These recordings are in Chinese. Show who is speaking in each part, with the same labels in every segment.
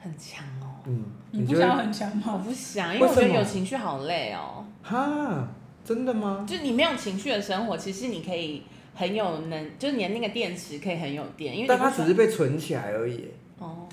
Speaker 1: 很强哦。
Speaker 2: 嗯，
Speaker 3: 你
Speaker 2: 你
Speaker 3: 不
Speaker 2: 就
Speaker 3: 想要
Speaker 2: 会
Speaker 3: 很强
Speaker 1: 我
Speaker 3: 吗？
Speaker 1: 不想，因为我
Speaker 2: 为
Speaker 1: 觉
Speaker 2: 什么
Speaker 1: 得有情绪好累哦。
Speaker 2: 哈，真的吗？
Speaker 1: 就是你没有情绪的生活，其实你可以很有能，就是你的那个电池可以很有电，因为
Speaker 2: 但
Speaker 1: 你
Speaker 2: 它
Speaker 1: 不
Speaker 2: 只
Speaker 1: 需
Speaker 2: 是被存起来而已。
Speaker 1: 要哦，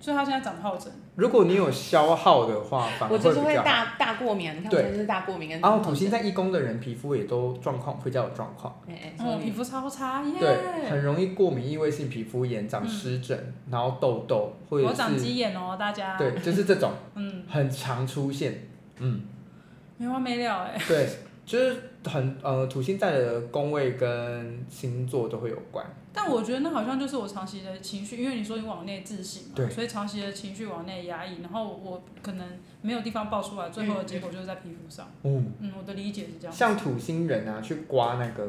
Speaker 3: 所以他现在长疱疹，
Speaker 2: 如果你有消耗的话，反而
Speaker 1: 我
Speaker 2: 会
Speaker 1: 就是
Speaker 2: 比
Speaker 1: 会
Speaker 2: 较好。
Speaker 1: 大大过敏啊，你看我
Speaker 2: 对哦
Speaker 1: 真的是大过敏跟
Speaker 2: 然后
Speaker 1: 头
Speaker 2: 土星
Speaker 1: 疼
Speaker 2: 在一宫的人，皮肤也都状况会较有状况，
Speaker 1: 哎哎，
Speaker 3: 哦，
Speaker 1: 所
Speaker 3: 皮
Speaker 1: 以
Speaker 3: 肤超差耶。
Speaker 2: 对，很容易过敏、异位性皮肤炎、长
Speaker 3: 嗯
Speaker 2: 湿疹，然后痘痘，或
Speaker 3: 我
Speaker 2: 者
Speaker 3: 长
Speaker 2: 是
Speaker 3: 鸡眼哦，大家。
Speaker 2: 对，就是这种
Speaker 3: 嗯，
Speaker 2: 很常出现。嗯，
Speaker 3: 没完没了哎。
Speaker 2: 对，就是很呃，土星在的宫位跟星座都会有关。
Speaker 3: 但我觉得那好像就是我长期的情绪，因为你说你往内自省嘛，
Speaker 2: 对
Speaker 3: 所以长期的情绪往内压抑，然后我可能没有地方爆出来，最后的结果就是在皮肤上。
Speaker 2: 嗯，
Speaker 3: 嗯，我的理解是这样。
Speaker 2: 像土星人啊，去刮那个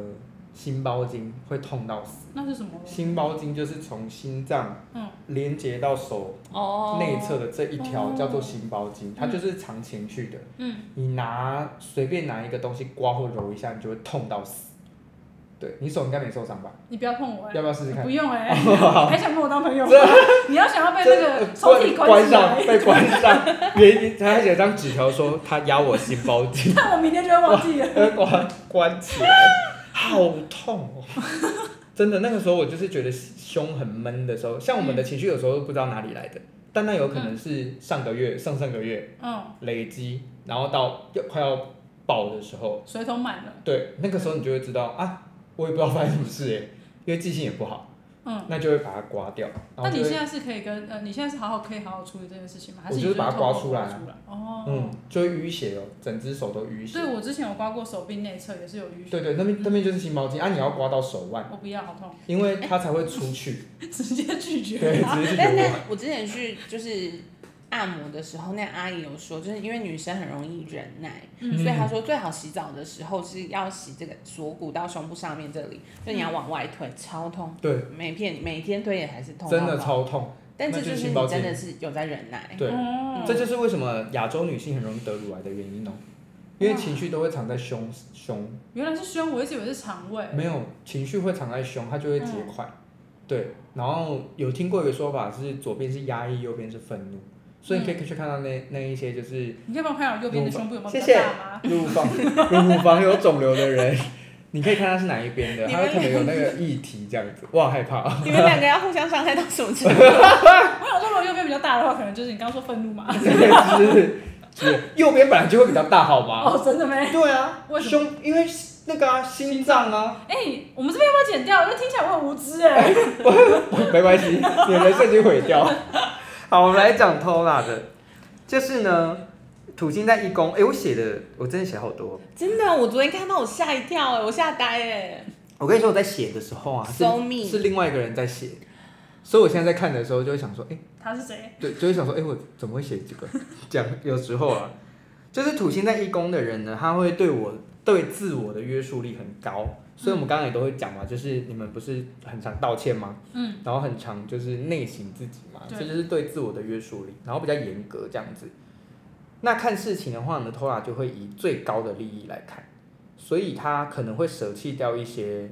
Speaker 2: 心包经会痛到死。
Speaker 3: 那是什么？
Speaker 2: 心包经就是从心脏
Speaker 3: 嗯
Speaker 2: 连接到手
Speaker 1: 哦
Speaker 2: 内 侧的这一条
Speaker 3: 哦
Speaker 2: 叫做心包经，它就是藏情绪的。
Speaker 3: 嗯，
Speaker 2: 你拿随便拿一个东西刮或揉一下，你就会痛到死。对你手应该没受伤吧？
Speaker 3: 你不要碰我哎、
Speaker 2: 要不要试试看
Speaker 3: 不？用哎、 还想跟我当朋友吗？你要想要被那个抽
Speaker 2: 这
Speaker 3: 屉
Speaker 2: 关
Speaker 3: 关起
Speaker 2: 上，
Speaker 3: 来，
Speaker 2: 被关上。原因他还写张纸条说他压我心包经。
Speaker 3: 但我明天就会忘记了。
Speaker 2: 关关起来，好痛哦！真的，那个时候我就是觉得胸很闷的时候，像我们的情绪有时候不知道哪里来的，但那有可能是上个月、上上个月
Speaker 3: 嗯，
Speaker 2: 累积，然后到要快要爆的时候，
Speaker 3: 水桶满了。
Speaker 2: 对，那个时候你就会知道啊，我也不知道发生什么事哎、因为记性也不好，
Speaker 3: 嗯，
Speaker 2: 那就会把它刮掉。然
Speaker 3: 那
Speaker 2: 后就
Speaker 3: 你
Speaker 2: 会
Speaker 3: 现在是可以跟呃，你现在是好好可以好好处理这件事情吗？还
Speaker 2: 我
Speaker 3: 你
Speaker 2: 就是把它
Speaker 3: 透过
Speaker 2: 刮出来啊
Speaker 3: 出来？哦，
Speaker 2: 嗯，就会淤血哦，整只手都淤血
Speaker 3: 对，。我之前有刮过手臂内侧，也是有淤血。
Speaker 2: 对对，那边那边就是心包筋啊，你要刮到手腕，
Speaker 3: 我不要，好痛，
Speaker 2: 因为它才会出 去。
Speaker 3: 直接拒绝
Speaker 2: 对，
Speaker 3: 他。
Speaker 2: 直接去
Speaker 1: 但
Speaker 2: 流
Speaker 1: 但我之前去就是按摩的时候，那阿姨有说，就是因为女生很容易忍耐，
Speaker 3: 嗯
Speaker 1: 所以她说最好洗澡的时候是要洗这个锁骨到胸部上面这里，就你要往外推，超痛，
Speaker 2: 对，
Speaker 1: 没骗你，每天推也还是痛，
Speaker 2: 真的，超痛。
Speaker 1: 但这
Speaker 2: 那就
Speaker 1: 就
Speaker 2: 是
Speaker 1: 是
Speaker 2: 心
Speaker 1: 你
Speaker 2: 包
Speaker 1: 真
Speaker 2: 经
Speaker 1: 的是有在忍耐，
Speaker 2: 对，
Speaker 3: 哦，
Speaker 2: 这就是为什么亚洲女性很容易得乳癌的原因哦，因为情绪都会藏在胸胸，
Speaker 3: 原来是胸，我一直以为是肠胃。
Speaker 2: 没有情绪会藏在胸，它就会
Speaker 3: 嗯
Speaker 2: 结块。对，然后有听过一个说法是左边是压抑，右边是愤怒，所以你可
Speaker 3: 嗯
Speaker 2: 以去看到那那一些就是
Speaker 3: 你可以帮我看一下右边的胸部有没有比
Speaker 2: 谢谢
Speaker 3: 较大吗？
Speaker 2: 乳房乳房有肿瘤的人。你可以看他是哪一边的，
Speaker 1: 你
Speaker 2: 他
Speaker 1: 们
Speaker 2: 可能有那个议题这样子，我好害怕 哦。
Speaker 1: 你们两个要互相伤害到什么程 度？
Speaker 3: 我想说，如果右边比较大的话，可能就是你刚刚说愤怒嘛。
Speaker 2: 嗯是是，右边本来就会比较大，好吗？
Speaker 3: 哦，真的没。
Speaker 2: 对啊
Speaker 3: 为，什么
Speaker 2: 胸因为那个啊，心脏啊，
Speaker 3: 哎、我们这边要不要剪掉？因为听起来我很无知哎、
Speaker 2: 没关系，你的人生已经毁掉。好，我们来讲偷懒的，就是呢，土星在一宫，哎、我写的我真的写好多。
Speaker 1: 真的，我昨天看到我吓一跳哎、我吓呆哎、
Speaker 2: 我跟你说，我在写的时候啊，是
Speaker 1: So mean
Speaker 2: 是另外一个人在写，所以我现在在看的时候就会想说，哎、
Speaker 3: 他是谁？
Speaker 2: 对，就会想说，哎、我怎么会写这个？ 讲有时候啊，就是土星在一宫的人呢，他会对我对自我的约束力很高，所以我们刚刚也都会讲嘛，就是你们不是很常道歉吗？
Speaker 3: 嗯，
Speaker 2: 然后很常就是内省自己嘛，
Speaker 3: 对
Speaker 2: 这就是对自我的约束力，然后比较严格这样子。那看事情的话呢，托拉就会以最高的利益来看，所以他可能会舍弃掉一些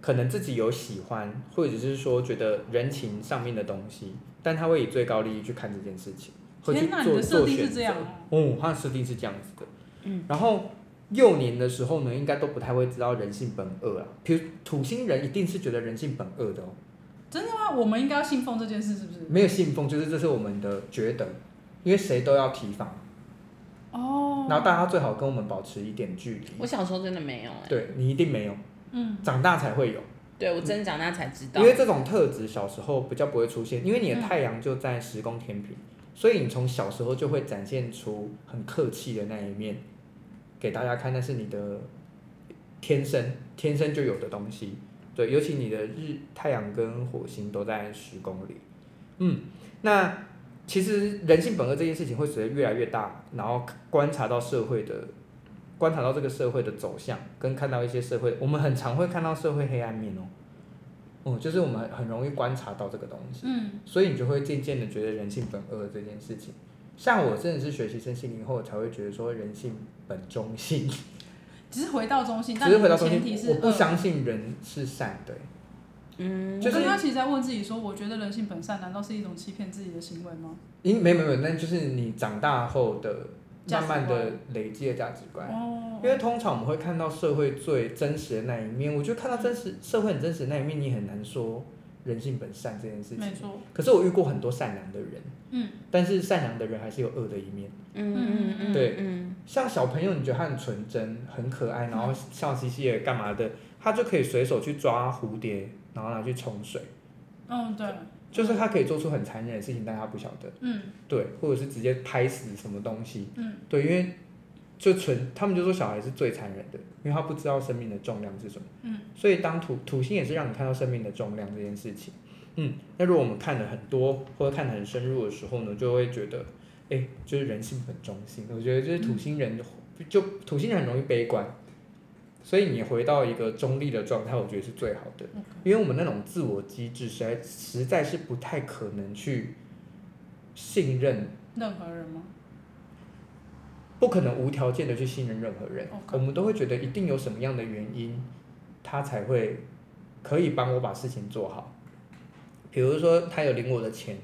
Speaker 2: 可能自己有喜欢，或者是说觉得人情上面的东西，但他会以最高利益去看这件事情，会去
Speaker 3: 天你
Speaker 2: 做
Speaker 3: 的设
Speaker 2: 做
Speaker 3: 定
Speaker 2: 选
Speaker 3: 是这
Speaker 2: 择
Speaker 3: 样。哦、
Speaker 2: 哦，他的设定是这样子的。
Speaker 1: 嗯，
Speaker 2: 然后幼年的时候呢，应该都不太会知道人性本恶啊。比如土星人一定是觉得人性本恶的哦，
Speaker 3: 真的啊吗？我们应该要信奉这件事，是不是？
Speaker 2: 没有信奉，就是这是我们的觉得，因为谁都要提防，
Speaker 3: 哦，
Speaker 2: 然后大家最好跟我们保持一点距
Speaker 1: 我
Speaker 2: 离。
Speaker 1: 小时候真的没有哎、
Speaker 2: 对你一定没有，
Speaker 3: 嗯，
Speaker 2: 长大才会有，
Speaker 1: 对我真长大才知道
Speaker 2: 因，为这种特质小时候比较不会出现，因为你的太阳就在十宫天平，所以你从小时候就会展现出很客气的那一面给大家看，那是你的天生天生就有的东西。对，尤其你的日太阳跟火星都在十宫里，嗯，那其实人性本恶这件事情会随着越来越大，然后观察到社会的，观察到这个社会的走向，跟看到一些社会，我们很常会看到社会黑暗面哦，嗯，就是我们很容易观察到这个东西，
Speaker 3: 嗯，
Speaker 2: 所以你就会渐渐的觉得人性本恶这件事情。像我真的是学习身心灵后，才会觉得说人性本中性，
Speaker 3: 只是回到 中心，
Speaker 2: 只
Speaker 3: 但
Speaker 2: 是回到中
Speaker 3: 前
Speaker 2: 心
Speaker 3: 提，是
Speaker 2: 我不
Speaker 3: 恶
Speaker 2: 相信人是善的欸、
Speaker 1: 嗯，
Speaker 2: 就是
Speaker 3: 我刚刚其实在问自己说，我觉得人性本善，难道是一种欺骗自己的行为吗？
Speaker 2: 因没有没有，那就是你长大后的
Speaker 3: 价值
Speaker 2: 慢
Speaker 3: 观
Speaker 2: 慢的累积的价值观。
Speaker 3: 哦
Speaker 2: 因，为通常我们会看到社会最真实的那一面，我觉得看到真实社会很真实的那一面，你很难说人性本善这件事
Speaker 3: 没
Speaker 2: 情。
Speaker 3: 错，
Speaker 2: 可是我遇过很多善良的人，
Speaker 3: 嗯，
Speaker 2: 但是善良的人还是有恶的一面。
Speaker 1: 嗯嗯嗯，
Speaker 2: 对
Speaker 1: 嗯，
Speaker 2: 像小朋友，你觉得他很纯真、很可
Speaker 3: 嗯
Speaker 2: 爱，然后笑嘻嘻的干嘛的，他就可以随手去抓蝴蝶，然后拿去冲水，
Speaker 3: 嗯，对，
Speaker 2: 就是他可以做出很残忍的事情，但他不晓得。
Speaker 3: 嗯
Speaker 2: 对，或者是直接拍死什么东西，
Speaker 3: 嗯，
Speaker 2: 对，因为就纯他们就说小孩是最残忍的，因为他不知道生命的重量是什么，
Speaker 3: 嗯，
Speaker 2: 所以当土土星也是让你看到生命的重量这件事情，嗯，那如果我们看的很多或者看的很深入的时候呢，就会觉得，哎、就是人性本中心，我觉得就是
Speaker 3: 嗯
Speaker 2: 土星人、就土星人很容易悲观，所以你回到一个中立的状态，我觉得是最好的，
Speaker 3: OK
Speaker 2: 因为我们那种自我机制实在实在是不太可能去信任
Speaker 3: 任何人吗？
Speaker 2: 不可能无条件的去信任任何人
Speaker 3: OK
Speaker 2: 我们都会觉得一定有什么样的原因，他才会可以帮我把事情做好。比如说他有领我的钱，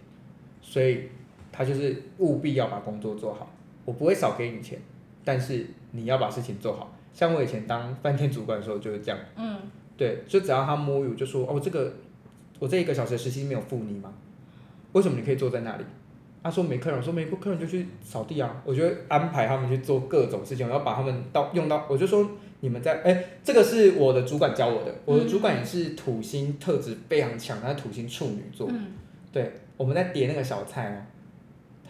Speaker 2: 所以他就是务必要把工作做好。我不会少给你钱，但是你要把事情做好。像我以前当饭店主管的时候就是这样，
Speaker 3: 嗯，
Speaker 2: 对，就只要他摸鱼，我就说哦，这个我这一个小时的时薪没有付你吗？为什么你可以坐在那里？他说没客人，我说没客人就去扫地啊。我就会安排他们去做各种事情，我要把他们到用到，我就说你们在哎、这个是我的主管教我的，我的主管也是土星特质非常强，他是土星处女座，
Speaker 3: 嗯，
Speaker 2: 对，我们在叠那个小菜哦，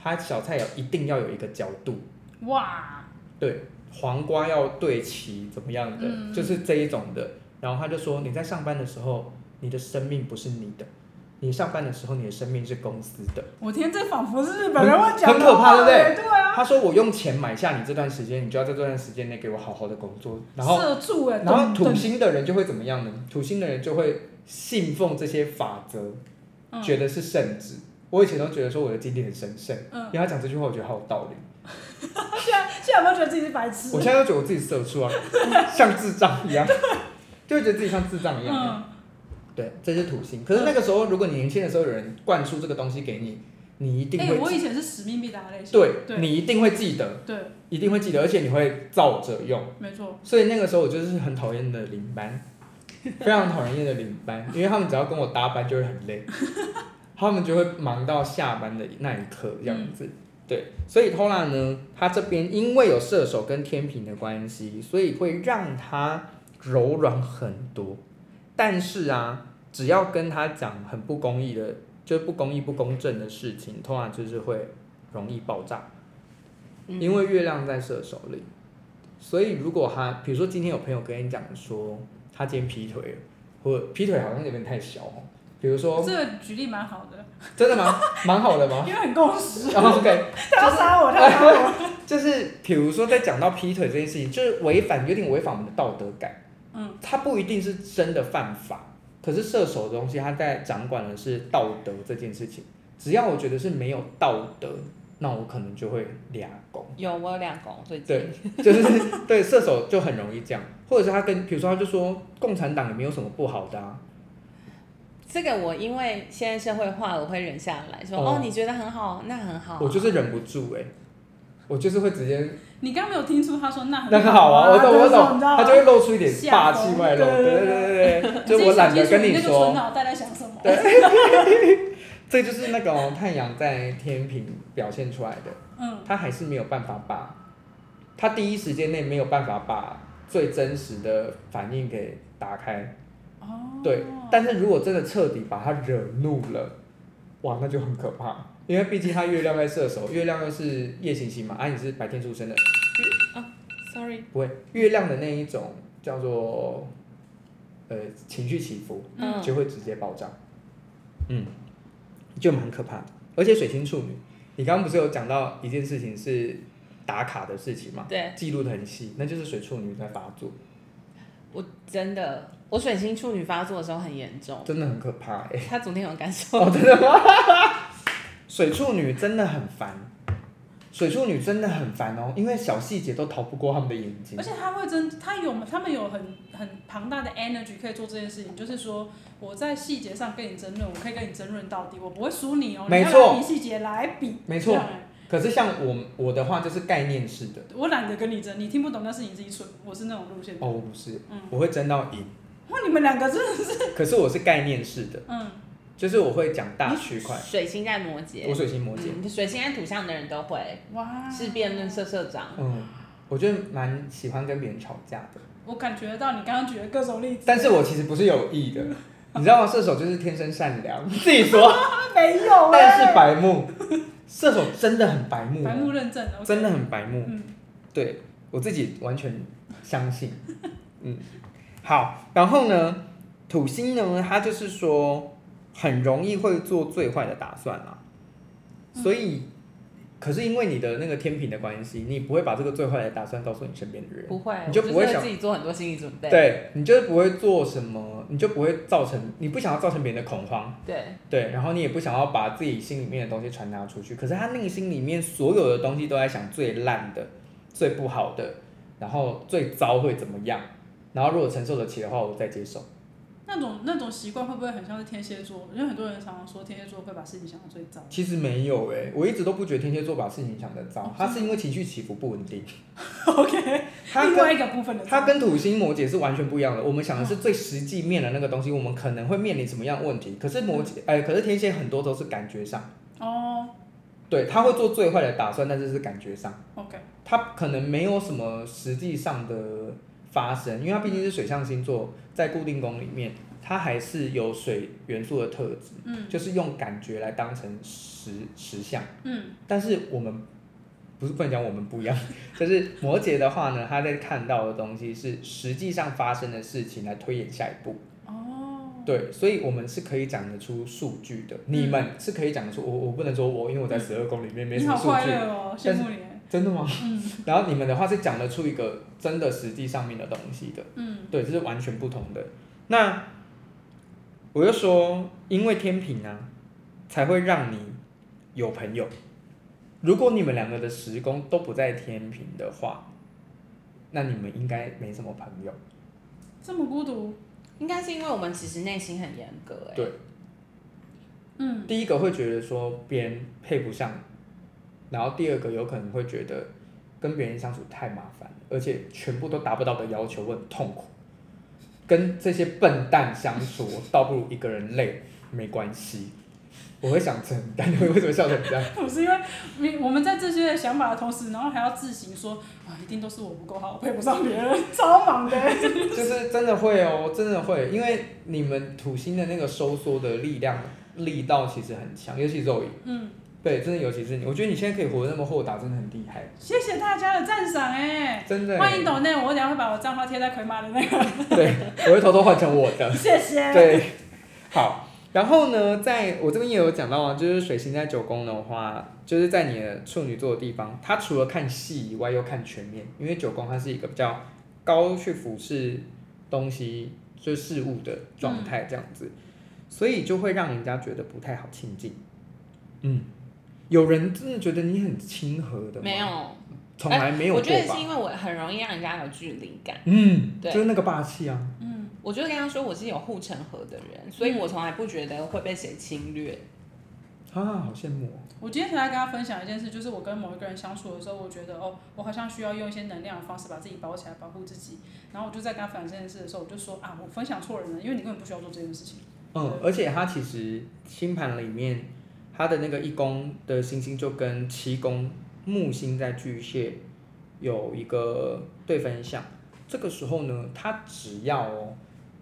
Speaker 2: 他小菜有一定要有一个角度，
Speaker 3: 哇，
Speaker 2: 对，黄瓜要对齐怎么样的，
Speaker 3: 嗯
Speaker 2: 就是这一种的。然后他就说，你在上班的时候，你的生命不是你的，你上班的时候，你的生命是公司的。
Speaker 3: 我天，这仿佛是日本人会讲
Speaker 2: 很
Speaker 3: 的
Speaker 2: 很可怕
Speaker 3: 话
Speaker 2: 对
Speaker 3: 耶对啊，
Speaker 2: 他说，我用钱买下你这段时间，你就要在这段时间内给我好好的工作。然后，
Speaker 3: 社畜哎，
Speaker 2: 然后
Speaker 3: 懂
Speaker 2: 土
Speaker 3: 懂
Speaker 2: 星的人就会怎么样呢？土星的人就会信奉这些法则，
Speaker 3: 嗯
Speaker 2: 觉得是圣旨。我以前都觉得说我的经历很神圣，
Speaker 3: 嗯，
Speaker 2: 因为他讲这句话，我觉得好有道理。
Speaker 3: 现在现在有没有觉得自己是白痴？
Speaker 2: 我现在都觉得我自己社畜啊，像智障一样，就会觉得自己像智障一样。
Speaker 3: 嗯，
Speaker 2: 对，这是土星。可是那个时候，如果你年轻的时候有人灌输这个东西给你，你一定
Speaker 3: 哎，
Speaker 2: 会、
Speaker 3: 我以前是使命必达的类型，
Speaker 2: 对，
Speaker 3: 对
Speaker 2: 你一定会记得，
Speaker 3: 对，
Speaker 2: 一定会记得，而且你会照着用。
Speaker 3: 没错，
Speaker 2: 所以那个时候我就是很讨厌的领班，非常讨人厌的领班，因为他们只要跟我搭班就会很累，他们就会忙到下班的那一刻这样子。对，所以 Tola 呢，他这边因为有射手跟天平的关系，所以会让他柔软很多。但是啊，只要跟他讲很不公义的，就是不公义、不公正的事情，Tola 就是会容易爆炸，
Speaker 1: 嗯
Speaker 2: 因为月亮在射手里。所以如果他，比如说今天有朋友跟你讲说他今天劈腿了，或劈腿好像有点太小哦。比如说
Speaker 3: 这，个举例蛮好的，
Speaker 2: 真的吗？蛮好的吗？
Speaker 3: 因为很共识，
Speaker 2: 然后 OK，
Speaker 3: 他要杀我，他要杀我，
Speaker 2: 就是比如说在讲到劈腿这件事情，就是违反有点违反我们的道德感。
Speaker 3: 嗯，
Speaker 2: 他不一定是真的犯法，可是射手的东西，他在掌管的是道德这件事情。只要我觉得是没有道德，那我可能就会俩拱。
Speaker 1: 有我有两公最近，
Speaker 2: 对， 就是对射手就很容易这样，或者是他跟比如说他就说共产党也没有什么不好的啊，
Speaker 1: 这个我因为现在社会化，我会忍下来说，
Speaker 2: 哦
Speaker 1: 哦，你觉得很好，那很好啊、
Speaker 2: 我就是忍不住哎、我就是会直接
Speaker 3: 你刚刚没有听出他说那
Speaker 2: 那个好啊，我懂我懂，他就
Speaker 3: 会
Speaker 2: 会露出一点
Speaker 3: 吓
Speaker 2: 霸
Speaker 3: 疯
Speaker 2: 气外露，
Speaker 3: 对
Speaker 2: 对
Speaker 3: 对
Speaker 2: 对对对对，就我懒得跟你
Speaker 3: 那个
Speaker 2: 说
Speaker 3: 纯，脑袋在想什么？
Speaker 2: 对这就是那种太阳在天平表现出来的，
Speaker 3: 嗯，
Speaker 2: 他还是没有办法把，他第一时间内没有办法把最真实的反应给打开，
Speaker 3: 哦，
Speaker 2: 对，但是如果真的彻底把他惹怒了，哇，那就很可怕，因为毕竟他月亮在射手，月亮又是夜行星嘛，啊，你是白天出生的，
Speaker 1: sorry，
Speaker 2: 不会，月亮的那一种叫做呃情绪起伏，
Speaker 1: 嗯，
Speaker 2: 就会直接爆炸，嗯，就蛮可怕的。而且水星处女，你刚刚不是有讲到一件事情是打卡的事情嘛，
Speaker 1: 嗯对
Speaker 2: 记录的很细，那就是水处女在发作，
Speaker 1: 我真的，我水星处女发作的时候很严重，
Speaker 2: 真的很可怕哎、
Speaker 1: 他昨天有感受，
Speaker 2: 哦，真的吗？水处女真的很烦，水处女真的很烦哦，因为小细节都逃不过他们的眼睛
Speaker 3: 而。且他会真，他有他们有很很庞大的 energy 可以做这件事情，就是说我在细节上跟你争论，我可以跟你争论到底，我不会输你哦。
Speaker 2: 没
Speaker 3: 你要
Speaker 2: 错
Speaker 3: 来比细节来比，
Speaker 2: 没错
Speaker 3: 这样欸
Speaker 2: 可是像我我的话就是概念式的，
Speaker 3: 我懒得跟你争，你听不懂那是你自己蠢，我是那种路线的。
Speaker 2: 哦，我不是
Speaker 3: 嗯，
Speaker 2: 我会争到赢，
Speaker 3: 哇，你们两个真的是，
Speaker 2: 可是我是概念式的，
Speaker 3: 嗯，
Speaker 2: 就是我会讲大区块，
Speaker 1: 水星在摩羯，
Speaker 2: 我水星摩羯，
Speaker 1: 嗯，水星在土象的人都会
Speaker 3: 哇，
Speaker 1: 是辩论社社长，
Speaker 2: 嗯，我觉得蛮喜欢跟别人吵架的，
Speaker 3: 我感觉到你刚刚举的各种例子，
Speaker 2: 但是我其实不是有意的，你知道吗？射手就是天生善良，自己说，
Speaker 3: 没有欸
Speaker 2: 但是白目，射手真的很白目哦，
Speaker 3: 白目认证了，
Speaker 2: 真的很白目，
Speaker 3: 嗯
Speaker 2: 对我自己完全相信。 嗯，好，然后呢，土星呢，它就是说很容易会做最坏的打算啦，
Speaker 1: 嗯
Speaker 2: 所以。可是因为你的那个天平的关系，你不会把这个最坏的打算告诉你身边的人，
Speaker 1: 不会，
Speaker 2: 你就
Speaker 1: 我
Speaker 2: 不
Speaker 1: 是
Speaker 2: 会
Speaker 1: 会
Speaker 2: 想
Speaker 1: 自己做很多心理准备，
Speaker 2: 对你就是不会做什么，你就不会造成你不想要造成别人的恐慌，
Speaker 1: 对
Speaker 2: 对，然后你也不想要把自己心里面的东西传达出去，可是他内心里面所有的东西都在想最烂的、最不好的，然后最糟会怎么样，然后如果承受得起的话，我再接受。
Speaker 3: 那种那种习惯会不会很像是天蝎座？因为很多人常常说天蝎座会把事情想到最 糟。
Speaker 2: 其实没有诶、我一直都不觉得天蝎座把事情想得糟
Speaker 3: 哦，
Speaker 2: 他是因为情绪起伏不稳定，
Speaker 3: OK，
Speaker 2: 他
Speaker 3: 另
Speaker 2: 跟
Speaker 3: 外一个部分的
Speaker 2: 他
Speaker 3: 糟
Speaker 2: 跟土星摩羯是完全不一样的。我们想的是最实际面的那个东西，我们可能会面临什么样的问题，可是摩羯，哎、可是天蝎很多都是感觉上，
Speaker 3: 哦
Speaker 2: 对他会做最坏的打算，但是是感觉上。
Speaker 3: ，OK，
Speaker 2: 它可能没有什么实际上的发生，因为它毕竟是水象星座，在固定宫里面，它还是有水元素的特质，
Speaker 3: 嗯
Speaker 2: 就是用感觉来当成实实相。
Speaker 3: 嗯
Speaker 2: 但是我们不是不能讲我们不一样， 就是摩羯的话呢，他在看到的东西是实际上发生的事情来推演下一步。
Speaker 3: 哦，
Speaker 2: 对，所以我们是可以讲得出数据的，你们是可以讲得出。我我不能说我，因为我在十二宫里面没
Speaker 3: 嗯你
Speaker 2: 什么
Speaker 3: 好
Speaker 2: 数
Speaker 3: 快
Speaker 2: 据，
Speaker 3: 乐哦，羡
Speaker 2: 但是
Speaker 3: 慕你欸。
Speaker 2: 真的吗？
Speaker 3: 嗯
Speaker 2: 然后你们的话是讲得出一个真的实际上面的东西的，
Speaker 3: 嗯
Speaker 2: 对，这是完全不同的。那我就说，因为天平啊，才会让你有朋友。如果你们两个的时宫都不在天平的话，那你们应该没什么朋友。
Speaker 3: 这么孤独，
Speaker 1: 应该是因为我们其实内心很严格，哎，
Speaker 2: 对
Speaker 3: 嗯，
Speaker 2: 第一个会觉得说别人配不上，然后第二个有可能会觉得跟别人相处太麻烦，而且全部都达不到的要求，我很痛苦。跟这些笨蛋相处，我倒不如一个人累，没关系。我会想承担，你们为什么笑成这样？
Speaker 3: 不是因为你我们在这些想法的同时，然后还要自行说啊，一定都是我不够好，我配不上别人， 超忙的欸。
Speaker 2: 就是真的会哦，真的会，因为你们土星的那个收缩的力量力道其实很强，尤其是 Zoe，
Speaker 3: 嗯，
Speaker 2: 对，真的尤其是你，我觉得你现在可以活得那么豁达，真的很厉害，
Speaker 3: 谢谢大家的赞赏哎，
Speaker 2: 真的。
Speaker 3: 欢迎抖内，我等一下会把我账号贴在葵妈的那 个，
Speaker 2: 对，我会偷偷换成我的。
Speaker 3: 谢谢。
Speaker 2: 对， 好。然后呢，在我这边也有讲到啊，就是水星在九宫的话，就是在你的处女座的地方，它除了看戏以外，又看全面，因为九宫它是一个比较高去俯视东西，就是事物的状态这样子，
Speaker 1: 嗯
Speaker 2: 所以就会让人家觉得不太好亲近。嗯，有人真的觉得你很亲和的吗
Speaker 1: 没，有，哎
Speaker 2: 从来没有
Speaker 1: 我
Speaker 2: 过
Speaker 1: 觉得
Speaker 2: 吧
Speaker 1: 是？因为我很容易让人家有距离感。
Speaker 2: 嗯，
Speaker 1: 对
Speaker 2: 就是那个霸气啊。
Speaker 3: 嗯，
Speaker 1: 我就跟他说我是有护城河的人，所以我从来不觉得会被谁侵略。
Speaker 2: 啊，好羡慕、哦！
Speaker 3: 我今天才在跟他分享一件事，就是我跟某一个人相处的时候，我觉得哦，我好像需要用一些能量的方式把自己包起来，保护自己。然后我就在跟他分享这件事的时候，我就说啊，我分享错人了，因为你根本不需要做这件事情。
Speaker 2: 嗯，而且它其实星盘里面，它的那个一宫的星星就跟七宫木星在巨蟹有一个对分相。这个时候呢，他只要哦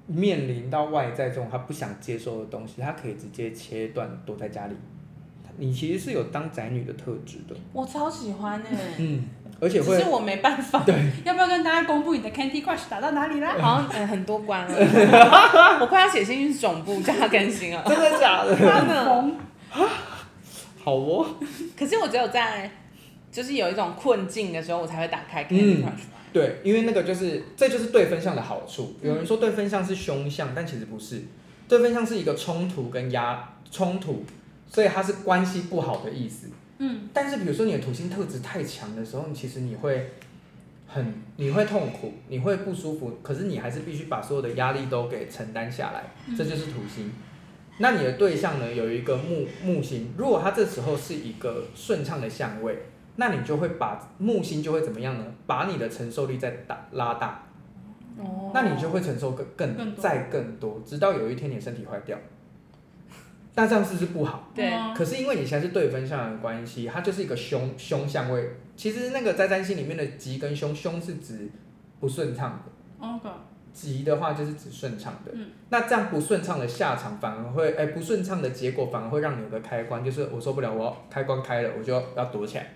Speaker 2: 面临到外在这种他不想接受的东西，他可以直接切断，躲在家里。你其实是有当宅女的特质的，
Speaker 1: 我超喜欢哎、
Speaker 2: 嗯，而且
Speaker 1: 只
Speaker 2: 会
Speaker 1: 是我没办法，
Speaker 3: 要不要跟大家公布你的 Candy Crush 打到哪里啦？
Speaker 1: 好像、呃很多关了， 我快要写信去总部叫他更新了。
Speaker 2: 真的假的？
Speaker 1: 真的，
Speaker 3: 萌
Speaker 2: 好哦，
Speaker 1: 可是我只有在就是有一种困境的时候，我才会打开 Candy
Speaker 2: 嗯
Speaker 1: Crush。
Speaker 2: 对，因为那个就是这就是对分项的好处。有人说对分项是凶相，但其实不是，对分项是一个冲突跟压冲突，所以它是关系不好的意思。
Speaker 3: 嗯，
Speaker 2: 但是比如说你的土星特质太强的时候，你其实你会很你会痛苦，你会不舒服，可是你还是必须把所有的压力都给承担下来，
Speaker 3: 嗯
Speaker 2: 这就是土星。那你的对象呢有一个木木星，如果它这时候是一个顺畅的相位，那你就会把木星就会怎么样呢？把你的承受力再大拉大，
Speaker 1: 哦
Speaker 2: 那你就会承受更更
Speaker 3: 更多
Speaker 2: 再更多，直到有一天你的身体坏掉。那这样是不是不好？
Speaker 1: 对
Speaker 3: 嗯
Speaker 2: 可是因为你现在是对分相的关系，它就是一个凶凶相位。其实那个在占星里面的吉跟凶，凶是指不顺畅的，
Speaker 1: 哦
Speaker 3: ，OK，
Speaker 2: 吉的话就是指顺畅的。
Speaker 3: 嗯
Speaker 2: 那这样不顺畅的下场反而会，哎、不顺畅的结果反而会让你有个开关，就是我受不了，我要开关开了，我就要躲起来，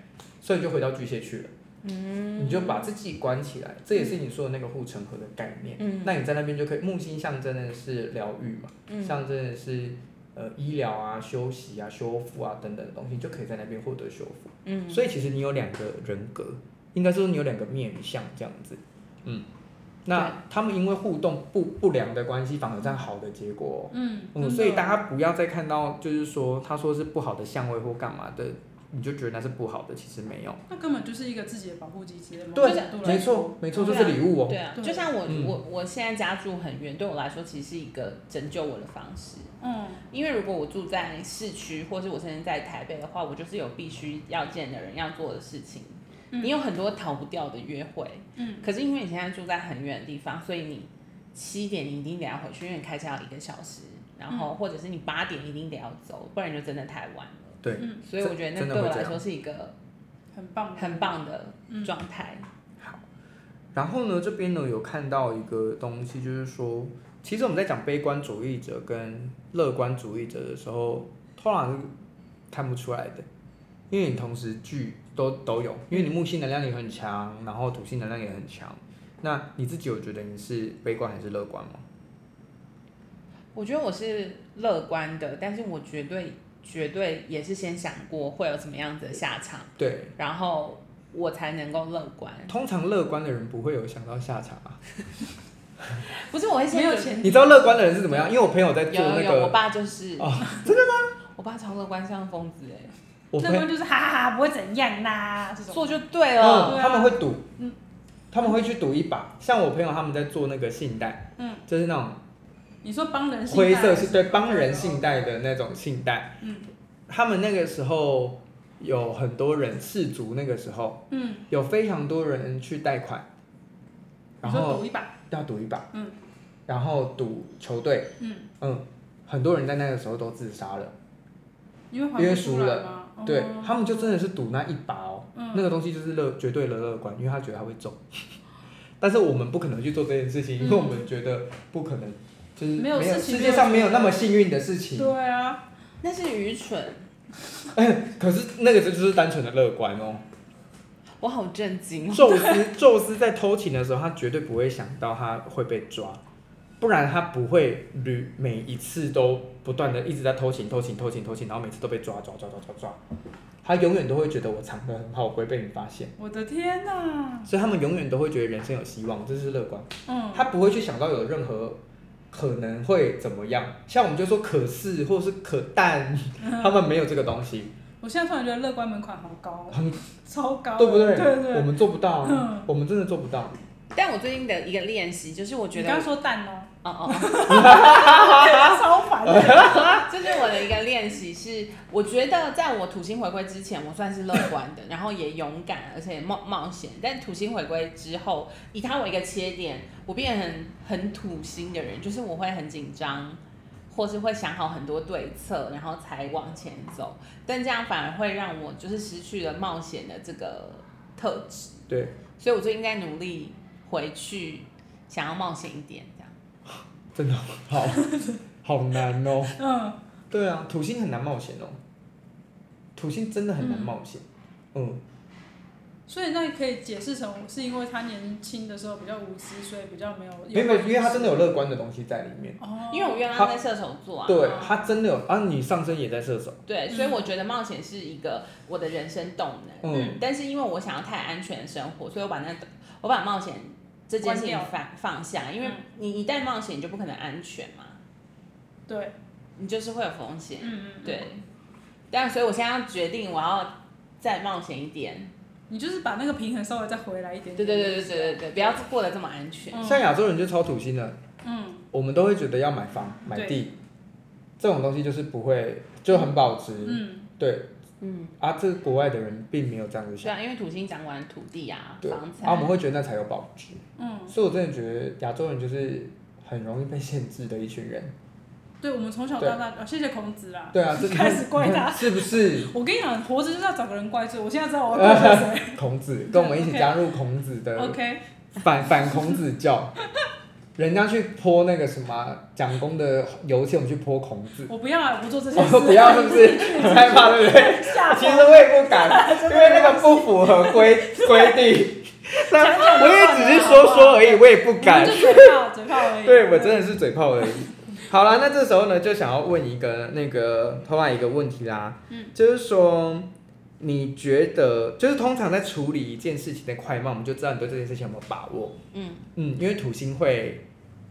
Speaker 2: 所以就回到巨蟹去了。嗯，你就把自己关起来，这也是你说的那个护城河的概念。
Speaker 1: 嗯
Speaker 2: 那你在那边就可以，木星象征的是疗愈嘛，
Speaker 1: 嗯
Speaker 2: 象征的是呃医疗啊、休息啊、修复啊等等的东西，你就可以在那边获得修复。
Speaker 1: 嗯，
Speaker 2: 所以其实你有两个人格，应该说你有两个面向这样子。嗯，
Speaker 1: 对
Speaker 2: 那他们因为互动不不良的关系，反而这样好的结果哦、
Speaker 3: 嗯，
Speaker 2: 嗯，所以大家不要再看到就是说他说是不好的相位或干嘛的，你就觉得那是不好的，其实没有。
Speaker 3: 那根本就是一个自己的保护机制，某
Speaker 2: 对
Speaker 3: 种角度来
Speaker 2: 没
Speaker 3: 说，
Speaker 2: 错，没错，就是礼物哦、
Speaker 1: 对啊，
Speaker 3: 对
Speaker 1: 就像我、
Speaker 2: 嗯
Speaker 1: 我我现在家住很远，对我来说其实是一个拯救我的方式。
Speaker 3: 嗯，
Speaker 1: 因为如果我住在市区，或是我现在在台北的话，我就是有必须要见的人，要做的事情。
Speaker 3: 嗯
Speaker 1: 你有很多逃不掉的约会，
Speaker 3: 嗯，
Speaker 1: 可是因为你现在住在很远的地方，所以你七点你一定得要回去，因为你开车要一个小时，然
Speaker 3: 嗯
Speaker 1: 后或者是你八点一定得要走，不然你就真的太晚了。
Speaker 2: 对
Speaker 3: 嗯
Speaker 1: 所以我觉得
Speaker 2: 真
Speaker 1: 那
Speaker 2: 的
Speaker 1: 对我
Speaker 2: 会这
Speaker 1: 来
Speaker 2: 样
Speaker 1: 说是一个
Speaker 3: 很棒，
Speaker 1: 很，棒的
Speaker 3: 嗯
Speaker 1: 状态。
Speaker 2: 好，然后呢，这边呢有看到一个东西，就是说，其实我们在讲悲观主义者跟乐观主义者的时候，通常是看不出来的，因为你同时具都都有，因为你木星能量也很强，然后土星能量也很强。那你自己有觉得你是悲观还是乐观吗？
Speaker 1: 我觉得我是乐观的，但是我绝对绝对也是先想过会有什么样子的下场，
Speaker 2: 对，
Speaker 1: 然后我才能够乐观。
Speaker 2: 通常乐观的人不会有想到下场啊。
Speaker 1: 不是，我会
Speaker 3: 没
Speaker 1: 先
Speaker 3: 有
Speaker 1: 觉得
Speaker 3: 前提，
Speaker 2: 你知道乐观的人是怎么样？因为我朋友在做
Speaker 1: 有有
Speaker 2: 那
Speaker 1: 有，我
Speaker 2: 个，
Speaker 1: 爸就是。
Speaker 2: 哦
Speaker 1: 真的 吗？我爸超乐观，像疯子哎，
Speaker 2: 我
Speaker 3: 乐
Speaker 2: 朋友
Speaker 3: 观就是哈哈哈，不会怎样啦，这种，
Speaker 1: 做就对了。
Speaker 2: 嗯，
Speaker 3: 对啊
Speaker 2: 他们会赌，
Speaker 3: 嗯
Speaker 2: 他们会去赌一把。像我朋友他们在做那个信贷，
Speaker 3: 嗯，
Speaker 2: 就是那种
Speaker 3: 你说帮人信
Speaker 2: 灰色
Speaker 3: 贷
Speaker 2: 是对帮
Speaker 3: 哦
Speaker 2: 人信贷，的那种信贷，
Speaker 3: 嗯
Speaker 2: 他们那个时候有很多人赤足，那个时候
Speaker 3: 嗯，
Speaker 2: 有非常多人去贷款，
Speaker 3: 你
Speaker 2: 然
Speaker 3: 说赌
Speaker 2: 后
Speaker 3: 一把，
Speaker 2: 要赌一把，
Speaker 3: 嗯，
Speaker 2: 然后赌球队，
Speaker 3: 嗯，
Speaker 2: 嗯，很多人在那个时候都自杀了，
Speaker 3: 因为还
Speaker 2: 因为
Speaker 3: 不
Speaker 2: 输
Speaker 3: 出来
Speaker 2: 了
Speaker 3: 吗，
Speaker 2: 对
Speaker 3: 哦
Speaker 2: 他们就真的是赌那一把哦，
Speaker 3: 嗯
Speaker 2: 那个东西就是乐绝对的乐观，因为他觉得他会中。 但是我们不可能去做这件事情，因为我们觉得不可能，就是
Speaker 3: 嗯没有
Speaker 2: 有
Speaker 3: 事情
Speaker 2: 世
Speaker 3: 没
Speaker 2: 界
Speaker 3: 有
Speaker 2: 上没有
Speaker 3: 绝
Speaker 2: 那么
Speaker 3: 对
Speaker 2: 幸运的事情。
Speaker 3: 对啊，
Speaker 1: 那是愚蠢，
Speaker 2: 可是那个就是单纯的乐观 哦。
Speaker 1: 我好震惊哦。
Speaker 2: 宙斯，宙斯在偷情的时候，他绝对不会想到他会被抓，不然他不会屡每一次都不断的一直在偷情、偷情、偷情、偷情，然后每次都被抓、抓、抓、抓、抓、抓。他永远都会觉得我藏得很好，我不会被你发现，
Speaker 3: 我的天哪，
Speaker 2: 所以他们永远都会觉得人生有希望，这是乐观。
Speaker 3: 嗯，
Speaker 2: 他不会去想到有任何可能会怎么样，像我们就说可是或是可但，
Speaker 3: 嗯
Speaker 2: 他们没有这个东西，
Speaker 3: 我现在突然觉得乐观门槛好高，哦
Speaker 2: 很
Speaker 3: 超高，
Speaker 2: 对不对？
Speaker 3: 对？
Speaker 2: 我
Speaker 3: 哦对
Speaker 2: 们做不到啊，
Speaker 3: 嗯
Speaker 2: 我们真的做不到。
Speaker 1: 但我最近的一个练习就是，我觉
Speaker 3: 你
Speaker 1: 得
Speaker 3: 刚刚说蛋 哦，
Speaker 1: 哦哦，
Speaker 3: 超烦的，
Speaker 1: 哦就是我的一个练习是，我觉得在我土星回归之前，我算是乐观的，然后也勇敢，而且冒冒险。但土星回归之后，以它为一个切点，我变成很土星的人，就是我会很紧张，或是会想好很多对策，然后才往前走。但这样反而会让我就是失去了冒险的这个特质，
Speaker 2: 对，
Speaker 1: 所以我最近在努力回去，想要冒险一点，这样。
Speaker 2: 真的 好好难哦。
Speaker 3: 嗯，
Speaker 2: 对啊，土星很难冒险哦，土星真的很难冒险。嗯，
Speaker 3: 所以那你可以解释成是因为他年轻的时候比较无知，所以比较没有，
Speaker 2: 没有没有，因为他真的有乐观的东西在里面。
Speaker 3: 哦，
Speaker 1: 因为我原来在射手座啊，
Speaker 2: 对他真的有啊，你上升也在射手，
Speaker 1: 对，
Speaker 3: 嗯
Speaker 1: 所以我觉得冒险是一个我的人生动能，
Speaker 2: 嗯，
Speaker 1: 但是因为我想要太安全的生活，所以我把那我把冒险这件事情
Speaker 3: 关
Speaker 1: 放放下，因为
Speaker 3: 嗯
Speaker 1: 你一旦冒险，你就不可能安全嘛，
Speaker 3: 对，
Speaker 1: 你就是会有风险，
Speaker 3: 嗯嗯，嗯，
Speaker 1: 对。但所以我现在要决定我要再冒险一点。
Speaker 3: 你就是把那个平衡稍微再回来一点
Speaker 1: 对
Speaker 3: 点。
Speaker 1: 对对对对对对，不要过得这么安全。
Speaker 2: 像亚洲人就超土星的，
Speaker 3: 嗯，
Speaker 2: 我们都会觉得要买房买地，这种东西就是不会就很保值，
Speaker 3: 嗯，
Speaker 2: 对
Speaker 1: 嗯，
Speaker 2: 啊，这国外的人并没有这样子
Speaker 1: 对
Speaker 2: 想，
Speaker 1: 啊，因为土星掌管土地啊、
Speaker 2: 对，
Speaker 1: 房
Speaker 2: 啊，我们
Speaker 1: 产。
Speaker 2: 会觉得那才有保值，
Speaker 3: 嗯，
Speaker 2: 所以我真的觉得亚洲人就是很容易被限制的一群 人，
Speaker 3: 对，我们从小到大，哦、谢谢孔子啦。
Speaker 2: 对啊，这
Speaker 3: 开始怪 他
Speaker 2: 是不是？
Speaker 3: 我跟你讲，活着就是要找个人怪罪。我现在知道我要怪罪
Speaker 2: 孔子， 跟我们一起加入孔子
Speaker 3: 谁。
Speaker 2: 的
Speaker 3: OK，
Speaker 2: 反反孔子教。人家去泼那个什么啊蒋公的油漆，我们去泼孔子。
Speaker 3: 我不要啊，我不做这 些
Speaker 2: 我
Speaker 3: 事。
Speaker 2: 说不要，是不是？很害怕，对不对？
Speaker 3: 吓
Speaker 2: 其
Speaker 3: 疯
Speaker 2: 实我也不敢， 因为那个不符合规规定。那我也只是说说而已，我也不
Speaker 3: 我们
Speaker 2: 敢
Speaker 3: 就。嘴炮，嘴炮而已。
Speaker 2: 对我真的是嘴炮 而已。好啦，那这时候呢，就想要问一个那个另外一个问题啦，
Speaker 3: 嗯，
Speaker 2: 就是说，你觉得就是通常在处理一件事情的快慢，我们就知道你对这件事情有没有把握。
Speaker 1: 嗯
Speaker 2: 嗯，因为土星会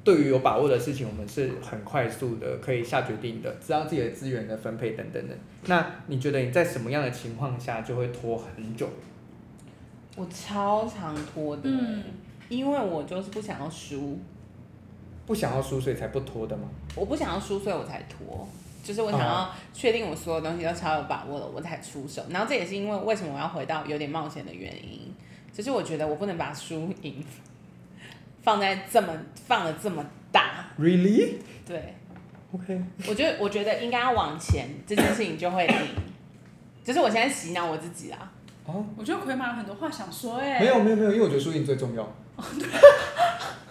Speaker 2: 对于有把握的事情，我们是很快速的可以下决定的，知道自己的资源的分配等等的。那你觉得你在什么样的情况下就会拖很久？
Speaker 1: 我超常拖的，欸
Speaker 3: 嗯，
Speaker 1: 因为我就是不想要输，
Speaker 2: 不想要输，所以才不拖的吗？
Speaker 1: 我不想要输，所以我才拖。就是
Speaker 2: 嗯
Speaker 1: 我想要确定我所有东西都超有把握了，我才出手。然后这也是因为为什么我要回到有点冒险的原因，就是我觉得我不能把输赢放在这么放的这么大，
Speaker 2: Really?
Speaker 1: 对。
Speaker 2: OK，
Speaker 1: 我觉得，我觉得应该要往前，这件事情就会赢。只是我现在洗脑我自己啦，
Speaker 2: 哦，
Speaker 3: 我觉得奎马有很多话想说哎、
Speaker 2: 没有没有没有，因为我觉得输赢最重要。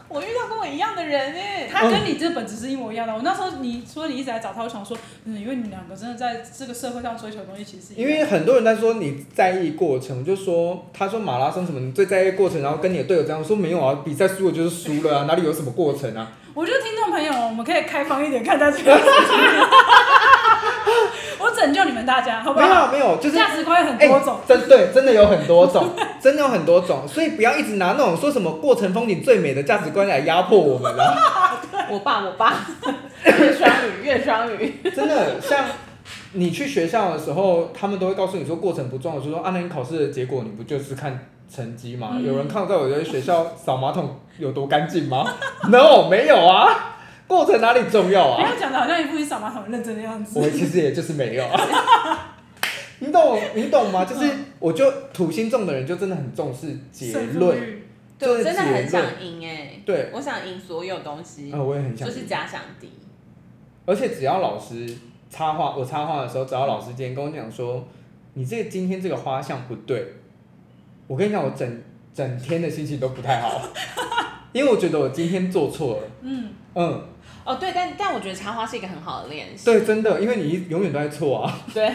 Speaker 1: 我遇到跟我一样的人哎、
Speaker 3: 他跟你这本质是一模一样的。我那时候你说你一直来找他，我想说，嗯，因为你们两个真的在这个社会上追求的东西其实是一
Speaker 2: 因
Speaker 3: 样的
Speaker 2: 为很多人在说你在意过程，我就说他说马拉松什么，你最在意过程，然后跟你的队友这样说没有啊，比赛输了就是输了啊，哪里有什么过程啊？
Speaker 3: 我觉得听众朋友，我们可以开放一点看待这个事情。我拯救你们大家，好不
Speaker 2: 没
Speaker 3: 好？
Speaker 2: 有没有，就是
Speaker 3: 价值观很
Speaker 2: 哎
Speaker 3: 多种。
Speaker 2: 真对，真的有很多种，真的有很多种，所以不要一直拿那种说什么过程风景最美的价值观来压迫我们啊！
Speaker 1: 我爸我爸，越双语越双语，
Speaker 2: 真的，像你去学校的时候，他们都会告诉你说过程不重要，就说啊，那你考试的结果你不就是看成绩吗？
Speaker 3: 嗯
Speaker 2: 有人看到我在学校扫马桶有多干净吗？No，没有啊，过程哪里重要
Speaker 3: 不
Speaker 2: 啊？
Speaker 3: 要讲的好像一副你扫码很认真的样子。
Speaker 2: 我其实也就是没有啊。 你懂你懂吗？就是
Speaker 1: 嗯
Speaker 2: 我就土星重的人就真的很重视结
Speaker 3: 胜负
Speaker 2: 论，
Speaker 3: 欲
Speaker 1: 对，我
Speaker 2: 就是
Speaker 1: 真的很
Speaker 2: 结论。
Speaker 1: 想赢哎、
Speaker 2: 对，
Speaker 1: 我想赢所有东西，
Speaker 2: 啊，我也很想
Speaker 1: 就
Speaker 2: 赢。
Speaker 1: 是假想敌。
Speaker 2: 而且只要老师插画，我插画的时候，只要老师今天跟我讲说，你这个今天这个花像不对，我跟你讲，我整整天的心情都不太好，因为我觉得我今天做错了。
Speaker 3: 嗯，
Speaker 2: 嗯，
Speaker 1: 哦，对，但但我觉得插花是一个很好的练习，
Speaker 2: 对，真的，因为你永远都在错啊。
Speaker 1: 对，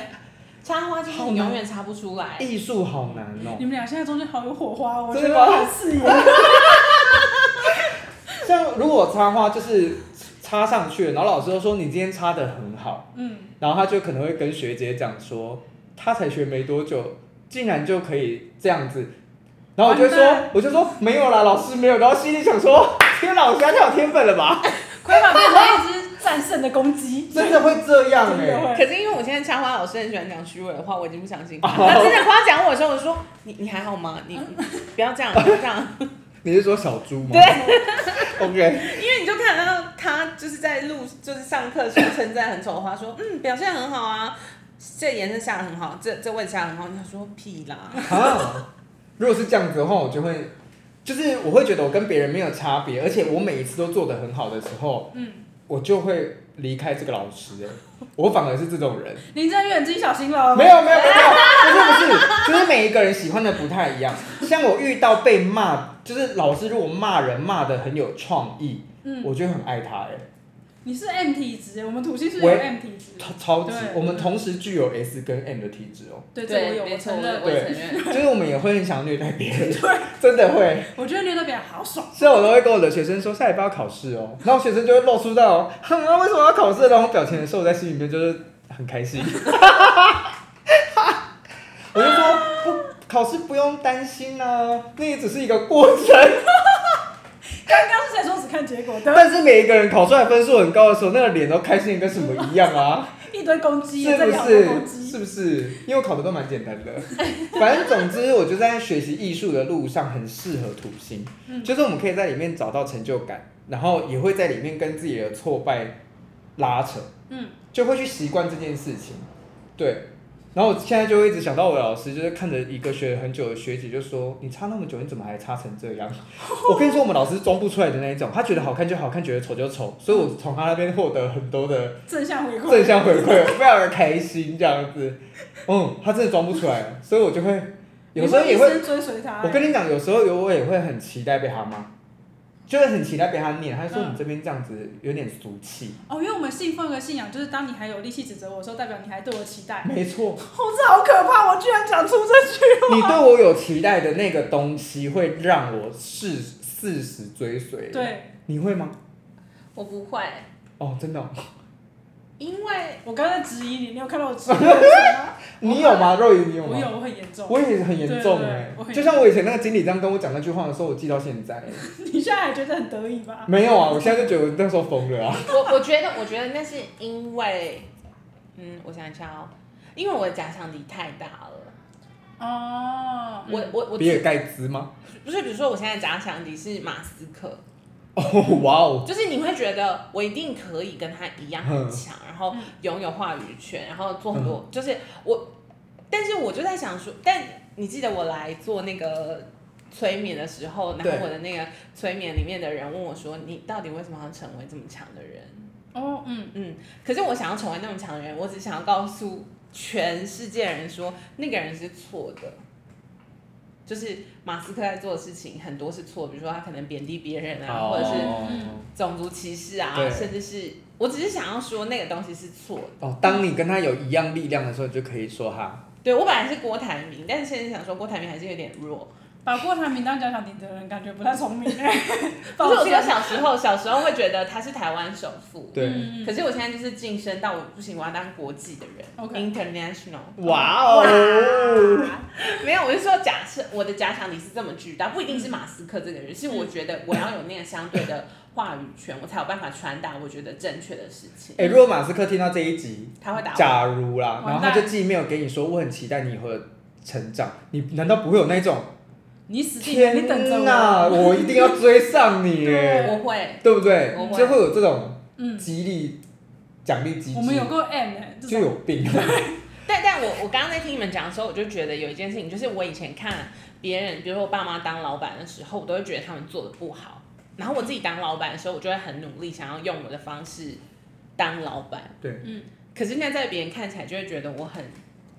Speaker 1: 插花就是
Speaker 2: 好
Speaker 1: 你
Speaker 2: 难
Speaker 1: 永远插不出来，
Speaker 2: 艺术好难哦、
Speaker 3: 你们俩现在中间好有火花哦，我觉
Speaker 2: 真的
Speaker 3: 得
Speaker 2: 吗
Speaker 3: 好刺眼。
Speaker 2: 像如果插画就是插上去了，然后老师都说你今天插的很好，
Speaker 3: 嗯，
Speaker 2: 然后他就可能会跟学姐讲说，他才学没多久，竟然就可以这样子。然后我就
Speaker 3: 完
Speaker 2: 说，我就说没有啦，老师没有。然后心里想说，天哪，我现在太有天分了吧？
Speaker 3: 奎马变成一只战胜的公鸡。
Speaker 2: 真的会这样哎、
Speaker 3: 真的会
Speaker 1: 可是因为我现在插花老师很喜欢讲虚伪的话，我已经不相信他。
Speaker 3: 哦
Speaker 1: 他真的夸奖我的时候，我说你你还好吗？ 你你不要这样，不要这样。
Speaker 2: 你是说小猪吗？
Speaker 1: 对。 因
Speaker 2: OK，
Speaker 1: 为你就看到他就是在录，就是上课的时候称赞很丑的话，说嗯表现很好啊，这颜色下的很好，这这位置下的很好。你想说屁啦，
Speaker 2: 啊，如果是这样子的话，我就会，就是我会觉得我跟别人没有差别，而且我每一次都做得很好的时候，
Speaker 3: 嗯，
Speaker 2: 我就会离开这个老师、哎，我反而是这种人。
Speaker 3: 林正月，你自己小心了。
Speaker 2: 没有没有没有，不是不是，就是每一个人喜欢的不太一样。像我遇到被骂，就是老师如果骂人骂的很有创意，
Speaker 3: 嗯，
Speaker 2: 我就很爱他哎、
Speaker 3: 你是 M 体质，我们土星是有
Speaker 2: 喂
Speaker 3: M 体质。
Speaker 2: 超超级
Speaker 3: 对，
Speaker 2: 我们同时具有 S 跟 M 的体质 哦、
Speaker 3: 对，这我有，
Speaker 1: 没
Speaker 3: 我
Speaker 1: 错，
Speaker 3: 承
Speaker 1: 我
Speaker 3: 认。
Speaker 1: 我也承 认。
Speaker 2: 就是我们也会很想虐待别人， 真的会。
Speaker 3: 我觉得虐待别人好爽。
Speaker 2: 所以我都会跟我的学生说，下礼拜要考试哦、然后学生就会露出那种哼啊为什么要考试的那种表情的时候，我在心里面就是很开 心。我就说不，考试不用担心啊，那也只是一个过程。
Speaker 3: 刚刚是谁说只看结果的？
Speaker 2: 但是每一个人考出来分数很高的时候，那个脸都开心的跟什么一样啊！
Speaker 3: 一堆公鸡，
Speaker 2: 是
Speaker 3: 这
Speaker 2: 不
Speaker 3: 里好多
Speaker 2: 是？
Speaker 3: 公鸡。
Speaker 2: 是不是？因为我考的都蛮简单的，反正总之，我觉得在学习艺术的路上很适合土星，
Speaker 3: 嗯
Speaker 2: 就是我们可以在里面找到成就感，然后也会在里面跟自己的挫败拉扯，
Speaker 3: 嗯，
Speaker 2: 就会去习惯这件事情，对。然后我现在就会一直想到我的老师，就是看着一个学了很久的学姐，就说：“你差那么久，你怎么还差成这样？” 我跟你说，我们老师装不出来的那一种，他觉得好看就好看，觉得丑就丑，所以我从他那边获得很多的
Speaker 3: 正向回馈。
Speaker 2: 正向回馈，非常的开心这样子。嗯，他真的装不出来，所以我就会有时候也
Speaker 3: 你
Speaker 2: 会，
Speaker 3: 一生追随他、
Speaker 2: 我跟你讲，有时候有我也会很期待被他骂，就会很期待被他念。他说
Speaker 3: 嗯
Speaker 2: 你这边这样子有点俗气，
Speaker 3: 哦，因为我们信奉一个信仰，就是当你还有力气指责我的时候，代表你还对我期待。
Speaker 2: 没 错，
Speaker 3: 哦，这好可怕！我居然讲出这句。
Speaker 2: 你对我有期待的那个东西会让我事事实追随。，
Speaker 3: 对，
Speaker 2: 你会吗？
Speaker 4: 我不会，
Speaker 2: 哦，真的哦、
Speaker 1: 因为
Speaker 3: 我刚才质疑你，你有看到 我质疑你吗？
Speaker 2: 你有吗？肉鱼，你有
Speaker 3: 我
Speaker 2: 吗？
Speaker 3: 有，我很严重。
Speaker 2: 我也很严重
Speaker 3: 对对对
Speaker 2: 哎
Speaker 3: 我，很
Speaker 2: 就像我以前那个经理这样跟我讲那句话的时候，我记到现 在。
Speaker 3: 你现在还觉得很得意吧？
Speaker 2: 没有啊，我现在就觉得我那时候疯了啊。
Speaker 1: 我我觉得，我觉得那是因为，嗯，我想一下哦，因为我的假想敌太大了。
Speaker 3: 哦，
Speaker 1: 我我我
Speaker 2: 比尔盖茨吗？
Speaker 1: 不是，比如说我现在假想敌是马斯克，
Speaker 2: 哦，哇哦，
Speaker 1: 就是你会觉得我一定可以跟他一样很强，然后
Speaker 3: 嗯
Speaker 1: 拥有话语权，然后做很多，
Speaker 2: 嗯
Speaker 1: 就是我，但是我就在想说，但你记得我来做那个。催眠的时候，然
Speaker 2: 对
Speaker 1: 后我的那个催眠里面的人问我说：“你到底为什么要成为这么强的人？”
Speaker 3: 哦，嗯，
Speaker 1: 嗯，可是我想要成为那么强的人，我只想要告诉全世界人说，那个人是错的。就是马斯克在做的事情很多是错，比如说他可能贬低别人啊，或者是
Speaker 3: 嗯
Speaker 1: 种族歧视啊
Speaker 2: 哦对，
Speaker 1: 甚至是我只是想要说那个东西是错的。
Speaker 2: 哦，当你跟他有一样力量的时候，你就可以说他。
Speaker 1: 对我本来是郭台铭，但是现在想说郭台铭还是有点弱。
Speaker 3: 把郭台铭当假想敌的人，感觉不太 聪明。
Speaker 1: 不是我说
Speaker 3: 歉
Speaker 1: 小时候，小时候会觉得他是台湾首富，
Speaker 2: 对
Speaker 3: 嗯
Speaker 1: 可是我现在就是晋升到我不行，我要当国际的人
Speaker 3: OK
Speaker 1: ，international。
Speaker 2: 哇
Speaker 3: 哇
Speaker 2: 哦，
Speaker 1: 没有，我是说假设我的假想敌是这么巨大，不一定是马斯克这个人，是我觉得我要有那个相对的话语权，我才有办法传达我觉得正确的事情。
Speaker 2: 哎、如果马斯克听到这一集，
Speaker 1: 他会打我，
Speaker 2: 假如啦，然后
Speaker 3: 完蛋
Speaker 2: 他就寄 mail 给你说，我很期待你以后的成长，你难道不会有那种
Speaker 3: 你死定了，
Speaker 2: 天
Speaker 3: 你等着
Speaker 2: 哪，
Speaker 3: 我。
Speaker 2: 我一定要追上你耶，
Speaker 1: 我会，
Speaker 2: 对不对
Speaker 1: 我？会
Speaker 2: 就会有这种
Speaker 3: 嗯，
Speaker 2: 激励奖励机
Speaker 3: 我们有
Speaker 2: 制，
Speaker 3: 够 M 哎、这
Speaker 2: 就
Speaker 3: 种
Speaker 2: 有病。
Speaker 1: 但但我我刚刚在听你们讲的时候，我就觉得有一件事情，就是我以前看别人，比如说我爸妈当老板的时候，我都会觉得他们做的不好，然后我自己当老板的时候，我就会很努力，想要用我的方式当老板。
Speaker 2: 对，
Speaker 3: 嗯。
Speaker 1: 可是那在别人看起来就会觉得我很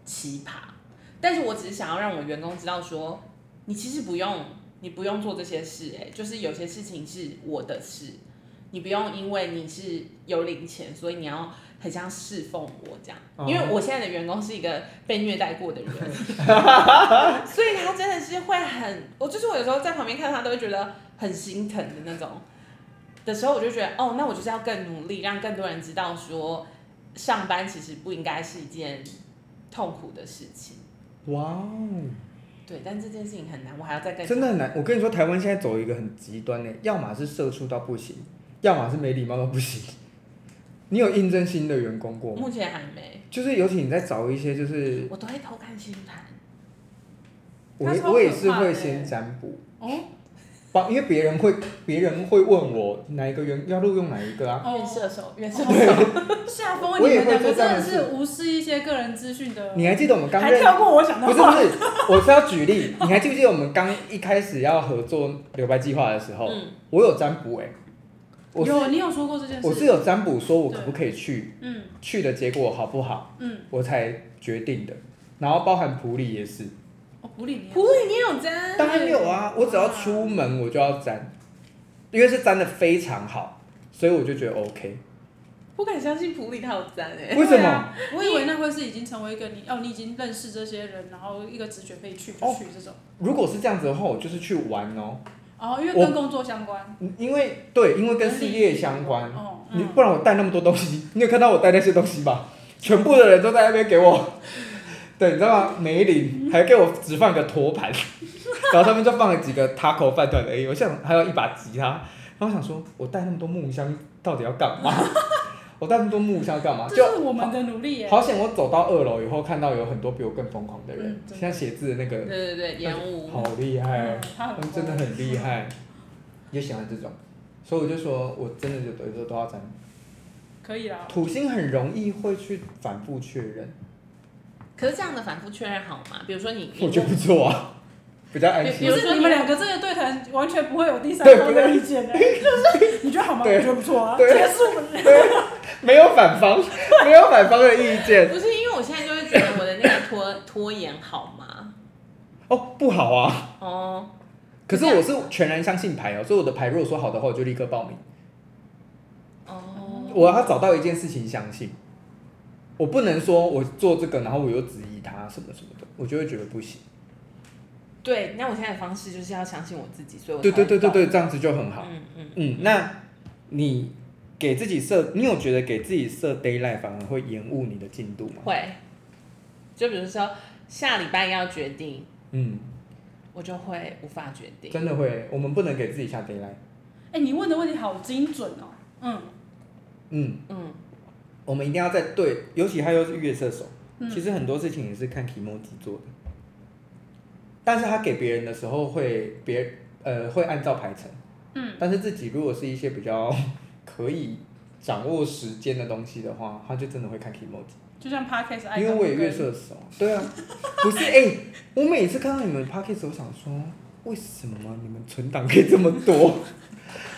Speaker 1: 奇葩，但是我只是想要让我员工知道说，你其实不用，你不用做这些事、欸，就是有些事情是我的事，你不用因为你是有领钱，所以你要很像侍奉我这样。
Speaker 2: 哦
Speaker 1: 因为我现在的员工是一个被虐待过的人，所以他真的是会很，我就是我有时候在旁边看他都会觉得很心疼的那种。的时候，我就觉得哦，那我就是要更努力，让更多人知道说，上班其实不应该是一件痛苦的事情。
Speaker 2: 哇哦。
Speaker 1: 对，但这件事情很难，我还要再更
Speaker 2: 真的很难。我跟你说，台湾现在走一个很极端的，要么是社畜到不行，要么是没礼貌到不行。 你有应征新的员工过
Speaker 3: 嗯
Speaker 2: 吗？
Speaker 1: 目前还没，
Speaker 2: 就是尤其你在找一些，就是
Speaker 1: 我都会偷看星盘。
Speaker 2: 我
Speaker 3: 他超可怕的
Speaker 2: 我也是会先占卜，
Speaker 3: 哦
Speaker 2: 帮因为别人会别人会问我哪一个员要录用哪一个啊，
Speaker 1: 愿
Speaker 3: 哦，
Speaker 1: 射手，愿射手，
Speaker 3: 下风
Speaker 2: 我
Speaker 3: 你
Speaker 2: 也
Speaker 3: 们
Speaker 2: 会
Speaker 3: 两
Speaker 2: 做
Speaker 3: 个真
Speaker 2: 这样的
Speaker 3: 的
Speaker 2: 事
Speaker 3: 是无视一些个人资讯的，
Speaker 2: 你还记得我们刚
Speaker 3: 还
Speaker 2: 认
Speaker 3: 跳过我讲的
Speaker 2: 不是
Speaker 3: 话。
Speaker 2: 不是，我是要举例，你还记不记得我们刚一开始要合作留白计划的时候，
Speaker 1: 嗯
Speaker 2: 我有占卜哎、我是
Speaker 3: 有你有说过这件事，
Speaker 2: 我是有占卜说我可不可以去，
Speaker 3: 嗯
Speaker 2: 去的结果好不好？
Speaker 3: 嗯，
Speaker 2: 我才决定的。然后包含普里也是，
Speaker 3: 我不理哦你。
Speaker 1: 普里你有真？
Speaker 2: 当然有啊，我只要出门我就要粘，因为是粘的非常好，所以我就觉得 OK。
Speaker 1: 不敢相信普里他有真哎、
Speaker 2: 为什
Speaker 3: 对
Speaker 2: 么
Speaker 3: 啊？我以为那会是已经成为一个你哦，你已经认识这些人，然后一个直觉可以去
Speaker 2: 哦
Speaker 3: 就去这种。
Speaker 2: 如果是这样子的话，我就是去玩哦，
Speaker 3: 哦，因为跟工作相关。
Speaker 2: 因为对，因为跟事业相关。
Speaker 3: 哦，
Speaker 2: 你
Speaker 3: 嗯
Speaker 2: 不然我带那么多东西，你有看到我带那些东西吧？全部的人都在那边给我， 对，你知道吗？梅林
Speaker 3: 嗯
Speaker 2: 还给我只放个托盘， 然后上面就放了几个 taco 饭团而 已。我想还有一把吉他，然后我想说，我带那么多木箱到底要干嘛？我当时做木箱干嘛？
Speaker 3: 这
Speaker 2: 就是
Speaker 3: 我们的努力耶。
Speaker 2: 好险！我走到二楼以后，看到有很多比我更疯狂的人
Speaker 3: 嗯，真的
Speaker 2: 像写字的那
Speaker 1: 对
Speaker 2: 个，
Speaker 1: 对对，烟雾。
Speaker 2: 好厉害
Speaker 3: 嗯
Speaker 2: 哦，
Speaker 3: 他
Speaker 2: 他
Speaker 3: 很
Speaker 2: 们真的
Speaker 3: 疯
Speaker 2: 很厉害，也喜欢这种，所以我就说我真的就有时候都要沾。
Speaker 3: 可以啦。
Speaker 2: 土星很容易会去反复确认，
Speaker 1: 可是这样的反复确认好吗？比如说你，
Speaker 2: 我
Speaker 1: 你
Speaker 2: 觉得不错啊，比较安
Speaker 1: 比
Speaker 3: 不
Speaker 2: 心
Speaker 1: 如。说
Speaker 3: 是
Speaker 1: 你
Speaker 3: 你们两个这个对谈完全不会有第三
Speaker 2: 对
Speaker 3: 方
Speaker 2: 不
Speaker 3: 的
Speaker 2: 会
Speaker 3: 意 见的，就是你觉得好吗？我
Speaker 2: 对
Speaker 3: 觉得不错啊，
Speaker 2: 对
Speaker 3: 结束了。
Speaker 2: 没有反方， 没有反方的意见
Speaker 1: 不是因为我现在就会觉得我的那个 拖拖延好吗？
Speaker 2: 哦，不好啊。
Speaker 1: 哦，
Speaker 2: 可是我是全然相信牌哦，所以我的牌如果说好的话，我就立刻报名。
Speaker 1: 哦，
Speaker 2: 我要找到一件事情相信，我不能说我做这个，然后我又质疑它什么什么的，我就会觉得不行。
Speaker 1: 对，那我现在的方式就是要相信我自己，所以我
Speaker 2: 对
Speaker 1: 才
Speaker 2: 对
Speaker 1: 会
Speaker 2: 对对
Speaker 1: 动，
Speaker 2: 对，这样子就很好。
Speaker 1: 嗯嗯，
Speaker 2: 嗯，那你给自己设，你有觉得给自己设 d a y l i g h t 反而会延误你的进度吗？
Speaker 1: 会，就比如说下礼拜要决定，
Speaker 2: 嗯，
Speaker 1: 我就会无法决定。
Speaker 2: 真的会，我们不能给自己下 d a y l i g h t
Speaker 3: 哎，你问的问题好精准哦。嗯
Speaker 2: 嗯，
Speaker 1: 嗯，
Speaker 2: 我们一定要在对，尤其他又是月射手，
Speaker 3: 嗯，
Speaker 2: 其实很多事情也是看 e m o j 做的，但是他给别人的时候会别呃会按照排程，
Speaker 3: 嗯，
Speaker 2: 但是自己如果是一些比较 可以掌握时间的东西的话，他就真的会看 e m o j
Speaker 3: 就像 podcast 爱
Speaker 2: 因为我也月
Speaker 3: 跟
Speaker 2: 射手，对啊，不是哎、我每次看到你们 p o c k e t 我想说，为什么你们存档可以这么多？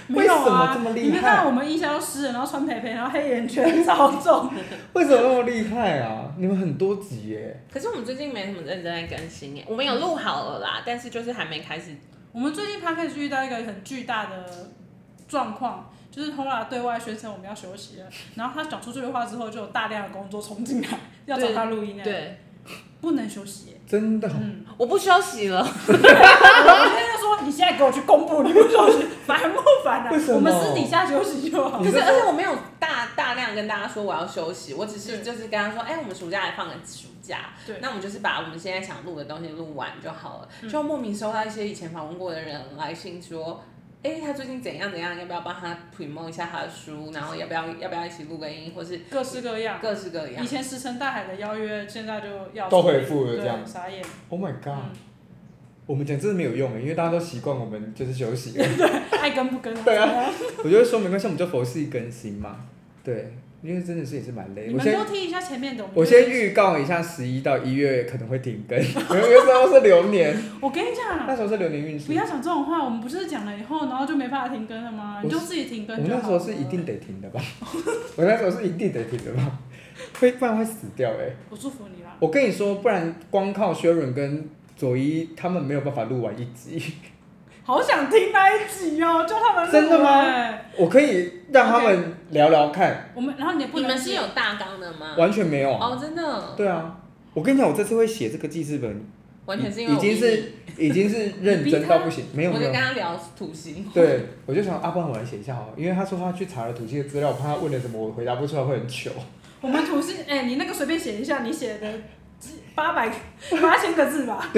Speaker 3: 没有
Speaker 2: 为什么
Speaker 3: 啊
Speaker 2: 这么厉害
Speaker 3: 你没看到我们印象都湿了，然后穿培培，然后黑眼圈超重，
Speaker 2: 为什么那么厉害啊？你们很多集耶、
Speaker 1: 可是我们最近没什么认真在更新耶，我们有录好了啦，但是就是还没开始。
Speaker 3: 我们最近 p a c a s 遇到一个很巨大的状况，就是 Hola 对外宣称我们要休息了，然后他讲出这句话之后，就有大量的工作冲进来，要找他录音哎，
Speaker 1: 对，
Speaker 3: 不能休息耶。
Speaker 2: 真的好
Speaker 3: 嗯，
Speaker 1: 我不休息了，
Speaker 3: 我今天就说你现在给我去公布，你不休息， 烦不 烦啊？
Speaker 2: 为什么
Speaker 3: 我们私底下休息就好
Speaker 1: 哦可。是而且我没有大大量跟大家说我要休息，我只是
Speaker 3: 对
Speaker 1: 就是跟他说，哎、我们暑假来放个暑假，
Speaker 3: 对
Speaker 1: 那我们就是把我们现在想录的东西录完就好了。就莫名收到一些以前访问过的人来信说。哎、他最近怎样怎样？要不要帮他 promo 一下他的书？然后要不要要不要一起录个音，或是
Speaker 3: 各式各样，
Speaker 1: 各式各样
Speaker 3: 以？前石沉大海的邀约，现在就要
Speaker 2: 都回复了
Speaker 3: 对
Speaker 2: 这样
Speaker 3: 傻眼。
Speaker 2: ，Oh my god！、
Speaker 3: 嗯，
Speaker 2: 我们讲真的没有用耶，欸因为大家都习惯我们就是休息了。
Speaker 3: 爱跟不跟啊？
Speaker 2: 对啊，我就会说没关系，我们就佛系更新嘛。对，因为真的是也是蛮累。
Speaker 3: 你
Speaker 2: 我
Speaker 3: 们
Speaker 2: 先
Speaker 3: 多听一下前面的。
Speaker 2: 我
Speaker 3: 们就
Speaker 2: 先预告一下，十一到一月可能会停更， 因为那时候是流年，
Speaker 3: 我跟你讲，啊
Speaker 2: 那时候是流年运势
Speaker 3: 不。要讲这种话，我们不是讲了以后，然后就没办法停更了吗？
Speaker 2: 我
Speaker 3: 你就自己停
Speaker 2: 我
Speaker 3: 更就好
Speaker 2: 那时候是一定得停的吧？ 我那时候是一定得停的吧？ 会不然会死掉哎、
Speaker 3: 我祝福你啦。
Speaker 2: 我跟你说，不然光靠薛伦跟佐伊他们没有办法录完一集。
Speaker 3: 好想听那一集哦，叫他们录
Speaker 2: 真的吗
Speaker 3: 哎
Speaker 2: 我可以让他们聊聊看，
Speaker 3: 我们，然后你也不
Speaker 1: 你
Speaker 3: 能
Speaker 1: 们是有大纲的吗？
Speaker 2: 完全没有啊。
Speaker 1: 哦，真的，
Speaker 2: 对啊，我跟你讲，我这次会写这个记事本，
Speaker 1: 完全是因为
Speaker 2: 已
Speaker 1: 我
Speaker 2: 经
Speaker 1: 逼
Speaker 2: 是已 经是认真到不行，没
Speaker 1: 你
Speaker 2: 有
Speaker 1: 我
Speaker 2: 没
Speaker 1: 就
Speaker 2: 有
Speaker 1: 跟。他聊土星，
Speaker 2: 对，我就想啊，不然我来写一下好了，因为他说他去查了土星的资料，我怕他问了什么我回答不出来会很糗。
Speaker 3: 我们图是哎，你那个随便写一下，你写的八百 八千个字吧，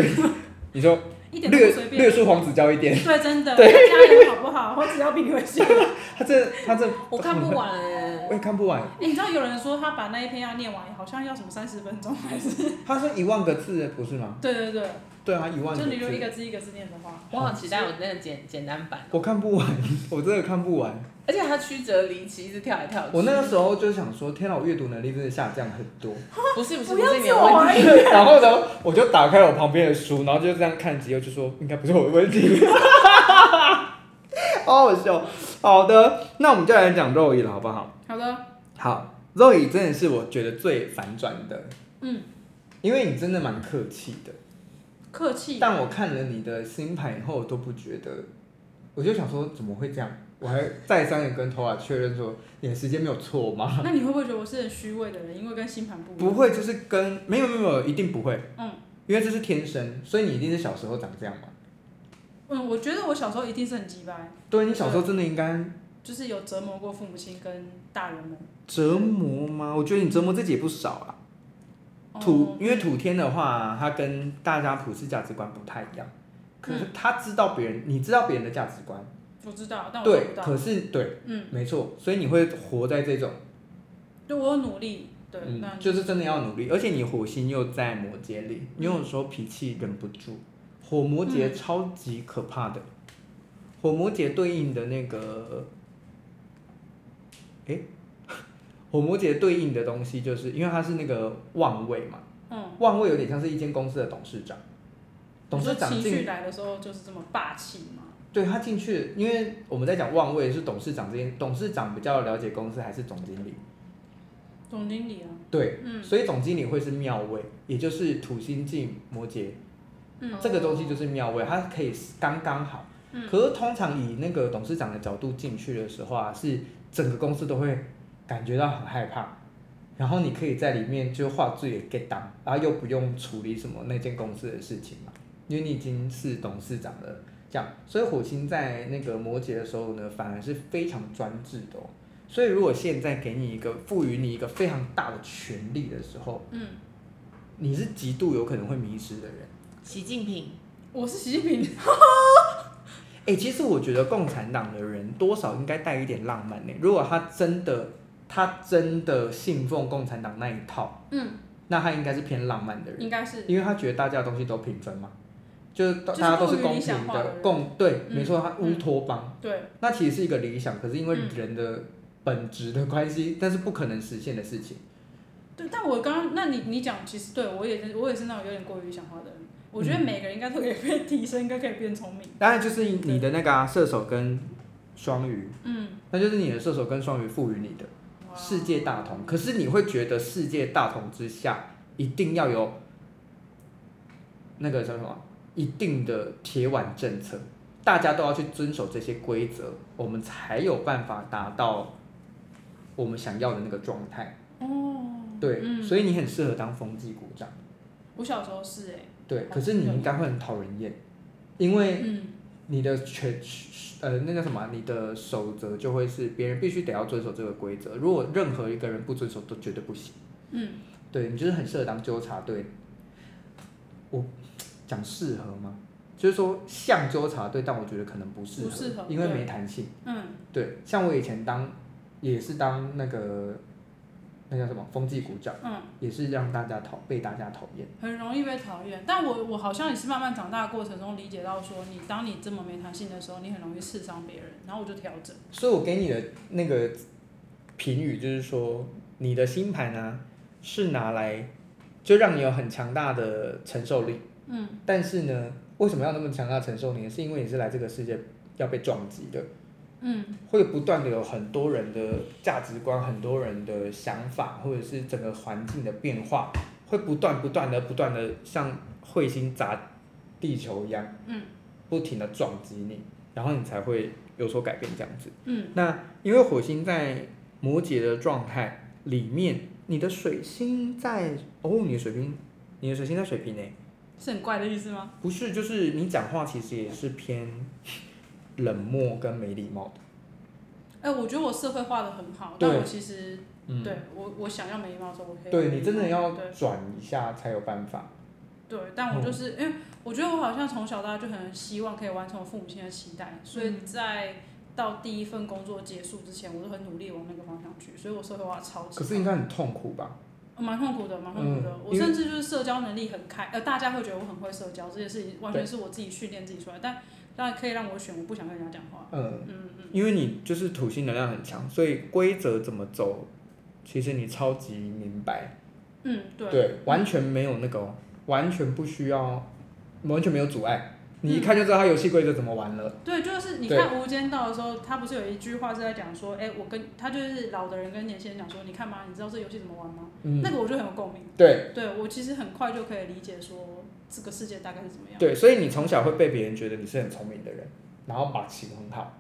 Speaker 2: 你说
Speaker 3: 一点都
Speaker 2: 略
Speaker 3: 不
Speaker 1: 啊
Speaker 3: 随
Speaker 2: 略
Speaker 3: 便。
Speaker 2: 输黄子佼一点，
Speaker 3: 对，真的，加油好不好？我只要比你会 写。哎，
Speaker 2: 他这他这
Speaker 1: 我看不完哎、
Speaker 2: 我也看不完，
Speaker 3: 你知道有人说他把那一篇要念完，好像要什么三十分钟还是？
Speaker 2: 他说一万个字不是吗？
Speaker 3: 对对对，
Speaker 2: 对啊，一万
Speaker 3: 就
Speaker 2: 个
Speaker 3: 你如果一
Speaker 2: 字，
Speaker 3: 个字一个字念的话，
Speaker 1: 我好期待我那个简简单版，
Speaker 2: 我看不完， 我真的看不完。
Speaker 1: 而且它曲折离奇，一直跳来跳去。
Speaker 2: 我那个时候就想说，天啊哪，我阅读能力真的下降很多。
Speaker 1: 不是不是
Speaker 3: 不
Speaker 1: 不
Speaker 3: 要
Speaker 1: 是你的
Speaker 3: 自我
Speaker 1: 问
Speaker 3: 怀
Speaker 1: 题，
Speaker 3: 疑
Speaker 2: 然后呢，我就打开我旁边的书，然后就这样看几页，就说应该不是我的问题。 好好笑。好的，那我们就来讲肉乙了，好不好？
Speaker 3: 好的，
Speaker 2: 好，肉乙真的是我觉得最反转的，
Speaker 3: 嗯，
Speaker 2: 因为你真的蛮客气的。
Speaker 3: 客气。
Speaker 2: 但我看了你的星盘以后，我都不觉得，我就想说怎么会这样？我还再三的跟头啊确认说，你的时间没有错吗？
Speaker 3: 那你会不会觉得我是很虚伪的人？因为跟星盘不一
Speaker 2: 不
Speaker 3: 样。
Speaker 2: 会，就是跟没有没有没有，一定不会，
Speaker 3: 嗯，
Speaker 2: 因为这是天生，所以你一定是小时候长这样嘛。
Speaker 3: 嗯，我觉得我小时候一定是很鸡掰，
Speaker 2: 对你小时候真的应该
Speaker 3: 就是有折磨过父母亲跟大人们。
Speaker 2: 折磨吗？我觉得你折磨自己也不少啊。土，
Speaker 3: 哦
Speaker 2: 因为土天的话，他跟大家普世价值观不太一样，可
Speaker 3: 嗯
Speaker 2: 是他知道别人，你知道别人的价值观，
Speaker 3: 我知道，但我做
Speaker 2: 对
Speaker 3: 不，到。
Speaker 2: 可是对，
Speaker 3: 嗯，
Speaker 2: 没错，所以你会活在这种
Speaker 3: 对我有努力，对，
Speaker 2: 嗯
Speaker 3: 那，
Speaker 2: 就是真的要努力，而且你火星又在摩羯里，你有时候脾气忍不住，火摩
Speaker 3: 嗯
Speaker 2: 羯超级可怕的，火摩羯对应的那个，诶，火摩羯对应的东西就是因为它是那个旺位嘛，
Speaker 3: 嗯，
Speaker 2: 旺位有点像是一间公司的董事长，董事长
Speaker 3: 你说情绪
Speaker 2: 进，
Speaker 3: 来的时候就是这么霸气嘛，
Speaker 2: 对他进去，因为我们在讲旺位是董事长之间，董事长比较了解公司还是总经理，
Speaker 3: 总经理啊，
Speaker 2: 对，
Speaker 3: 嗯
Speaker 2: 所以总经理会是庙位，也就是土星进摩羯，
Speaker 3: 嗯
Speaker 2: 这个东西就是庙位，它可以刚刚好。可是通常以那个董事长的角度进去的时候啊，是整个公司都会感觉到很害怕，然后你可以在里面就画自己的 get down，然后又不用处理什么那间公司的事情嘛，因为你已经是董事长了。这样，所以火星在那个摩羯的时候呢，反而是非常专制的、哦。所以如果现在给你一个赋予你一个非常大的权利的时候，
Speaker 3: 嗯，
Speaker 2: 你是极度有可能会迷失的人。
Speaker 1: 习近平，
Speaker 3: 我是习近平，
Speaker 2: 哎、其实我觉得共产党的人多少应该带一点浪漫呢、如果他真的，他真的信奉共产党那一套，
Speaker 3: 嗯，
Speaker 2: 那他应该是偏浪漫的人，
Speaker 3: 应该是，
Speaker 2: 因为他觉得大家的东西都平分嘛，就是大
Speaker 3: 就是
Speaker 2: 大家都
Speaker 3: 过于
Speaker 2: 是公
Speaker 3: 理想
Speaker 2: 平
Speaker 3: 化的
Speaker 2: 的
Speaker 3: 人
Speaker 2: 共对，
Speaker 3: 嗯
Speaker 2: 没错，他乌
Speaker 3: 嗯
Speaker 2: 托邦。
Speaker 3: 对，
Speaker 2: 那其实是一个理想，可是因为
Speaker 3: 嗯
Speaker 2: 人的本质的关系，但是不可能实现的事情。
Speaker 3: 对，但我刚刚，那你你讲，其实对我也是，我也是那种有点过于理想化的人，我
Speaker 2: 嗯
Speaker 3: 觉得每个人应该都可以被 提升，应该可以变聪明，
Speaker 2: 当然就是你的那个、啊、射手跟双鱼，
Speaker 3: 嗯，
Speaker 2: 那就是你的射手跟双鱼赋予你的
Speaker 3: 哇
Speaker 2: 世界大同。可是你会觉得世界大同之下一定要有那个叫什么一定的铁腕政策，大家都要去遵守这些规则，我们才有办法达到我们想要的那个状态。
Speaker 3: 哦，
Speaker 2: 对，
Speaker 3: 嗯
Speaker 2: 所以你很适合当风纪股长。
Speaker 3: 我小时候是哎、
Speaker 2: 对，
Speaker 3: 好
Speaker 2: 可是你应该会很讨人厌，因为
Speaker 3: 嗯，
Speaker 2: 你的权，呃，那叫什么啊？你的守则就会是别人必须得要遵守这个规则，如果任何一个人不遵守，都绝对不行。
Speaker 3: 嗯，
Speaker 2: 对你就是很适合当纠察队。我讲适合吗？就是说像纠察队，但我觉得可能不适合，
Speaker 3: 不适合
Speaker 2: 因为
Speaker 3: 对
Speaker 2: 没弹性。
Speaker 3: 嗯，
Speaker 2: 对，像我以前当也是当那个那叫什么风纪股长，
Speaker 3: 嗯，
Speaker 2: 也是让大家讨被大家讨厌。
Speaker 3: 很容易被讨厌。但我我好像也是慢慢长大的过程中理解到说，你当你这么没弹性的时候，你很容易刺伤别人，然后我就调整。
Speaker 2: 所以我给你的那个评语就是说，你的星盘呢是拿来就让你有很强大的承受力，
Speaker 3: 嗯，
Speaker 2: 但是呢，为什么要那么强大承受力呢？是因为你是来这个世界要被撞击的，
Speaker 3: 嗯，
Speaker 2: 会不断的有很多人的价值观、很多人的想法，或者是整个环境的变化，会不断不断的不断的像彗星砸地球一样，
Speaker 3: 嗯，
Speaker 2: 不停的撞击你，然后你才会有所改变这样子。
Speaker 3: 嗯，
Speaker 2: 那因为火星在摩羯的状态里面，你的水星在哦，你的水瓶，你的水星在水瓶呢？
Speaker 3: 是很怪的意思吗？
Speaker 2: 不是，就是你讲话其实也是偏冷漠跟没礼貌的。
Speaker 3: 哎、我觉得我社会化的很好，
Speaker 2: 对
Speaker 3: 但我其实、
Speaker 2: 嗯，
Speaker 3: 对我我想要没礼貌的时候，我可以
Speaker 2: 对
Speaker 3: 没礼
Speaker 2: 你真的
Speaker 3: 貌
Speaker 2: 要嗯
Speaker 3: 对
Speaker 2: 转一下才有办法。
Speaker 3: 对，但我就是、因为我觉得我好像从小到大就很希望可以完成我父母亲的期待，所以在到第一份工作结束之前，我都很努力往那个方向去，所以我社会化超级
Speaker 2: 可是应该很痛苦吧？
Speaker 3: 呃蛮痛苦的，蛮痛苦的。
Speaker 2: 嗯
Speaker 3: 我
Speaker 2: 因为
Speaker 3: 甚至就是社交能力很开，呃，大家会觉得我很会社交，这件事情完全是我自己训练自己出来。但当然可以让我选，我不想跟人家讲话。
Speaker 2: 嗯，
Speaker 3: 嗯嗯，
Speaker 2: 因为你就是土星能量很强，所以规则怎么走，其实你超级明白。
Speaker 3: 嗯，对，
Speaker 2: 对，完全没有那个哦，完全不需要，完全没有阻碍。你一看就知道他游戏规则怎么玩了。
Speaker 3: 对，就是你
Speaker 2: 对
Speaker 3: 看《无间道》的时候，他不是有一句话是在讲说，哎、我跟他就是老的人跟年轻人讲说，你看嘛，你知道这游戏怎么玩吗？
Speaker 2: 嗯
Speaker 3: 那，个我就很有共鸣。
Speaker 2: 对
Speaker 3: 对我其实很快就可以理解说这个世界大概是怎么样。
Speaker 2: 对，所以你从小会被别人觉得你是很聪明的人，然后把棋很好。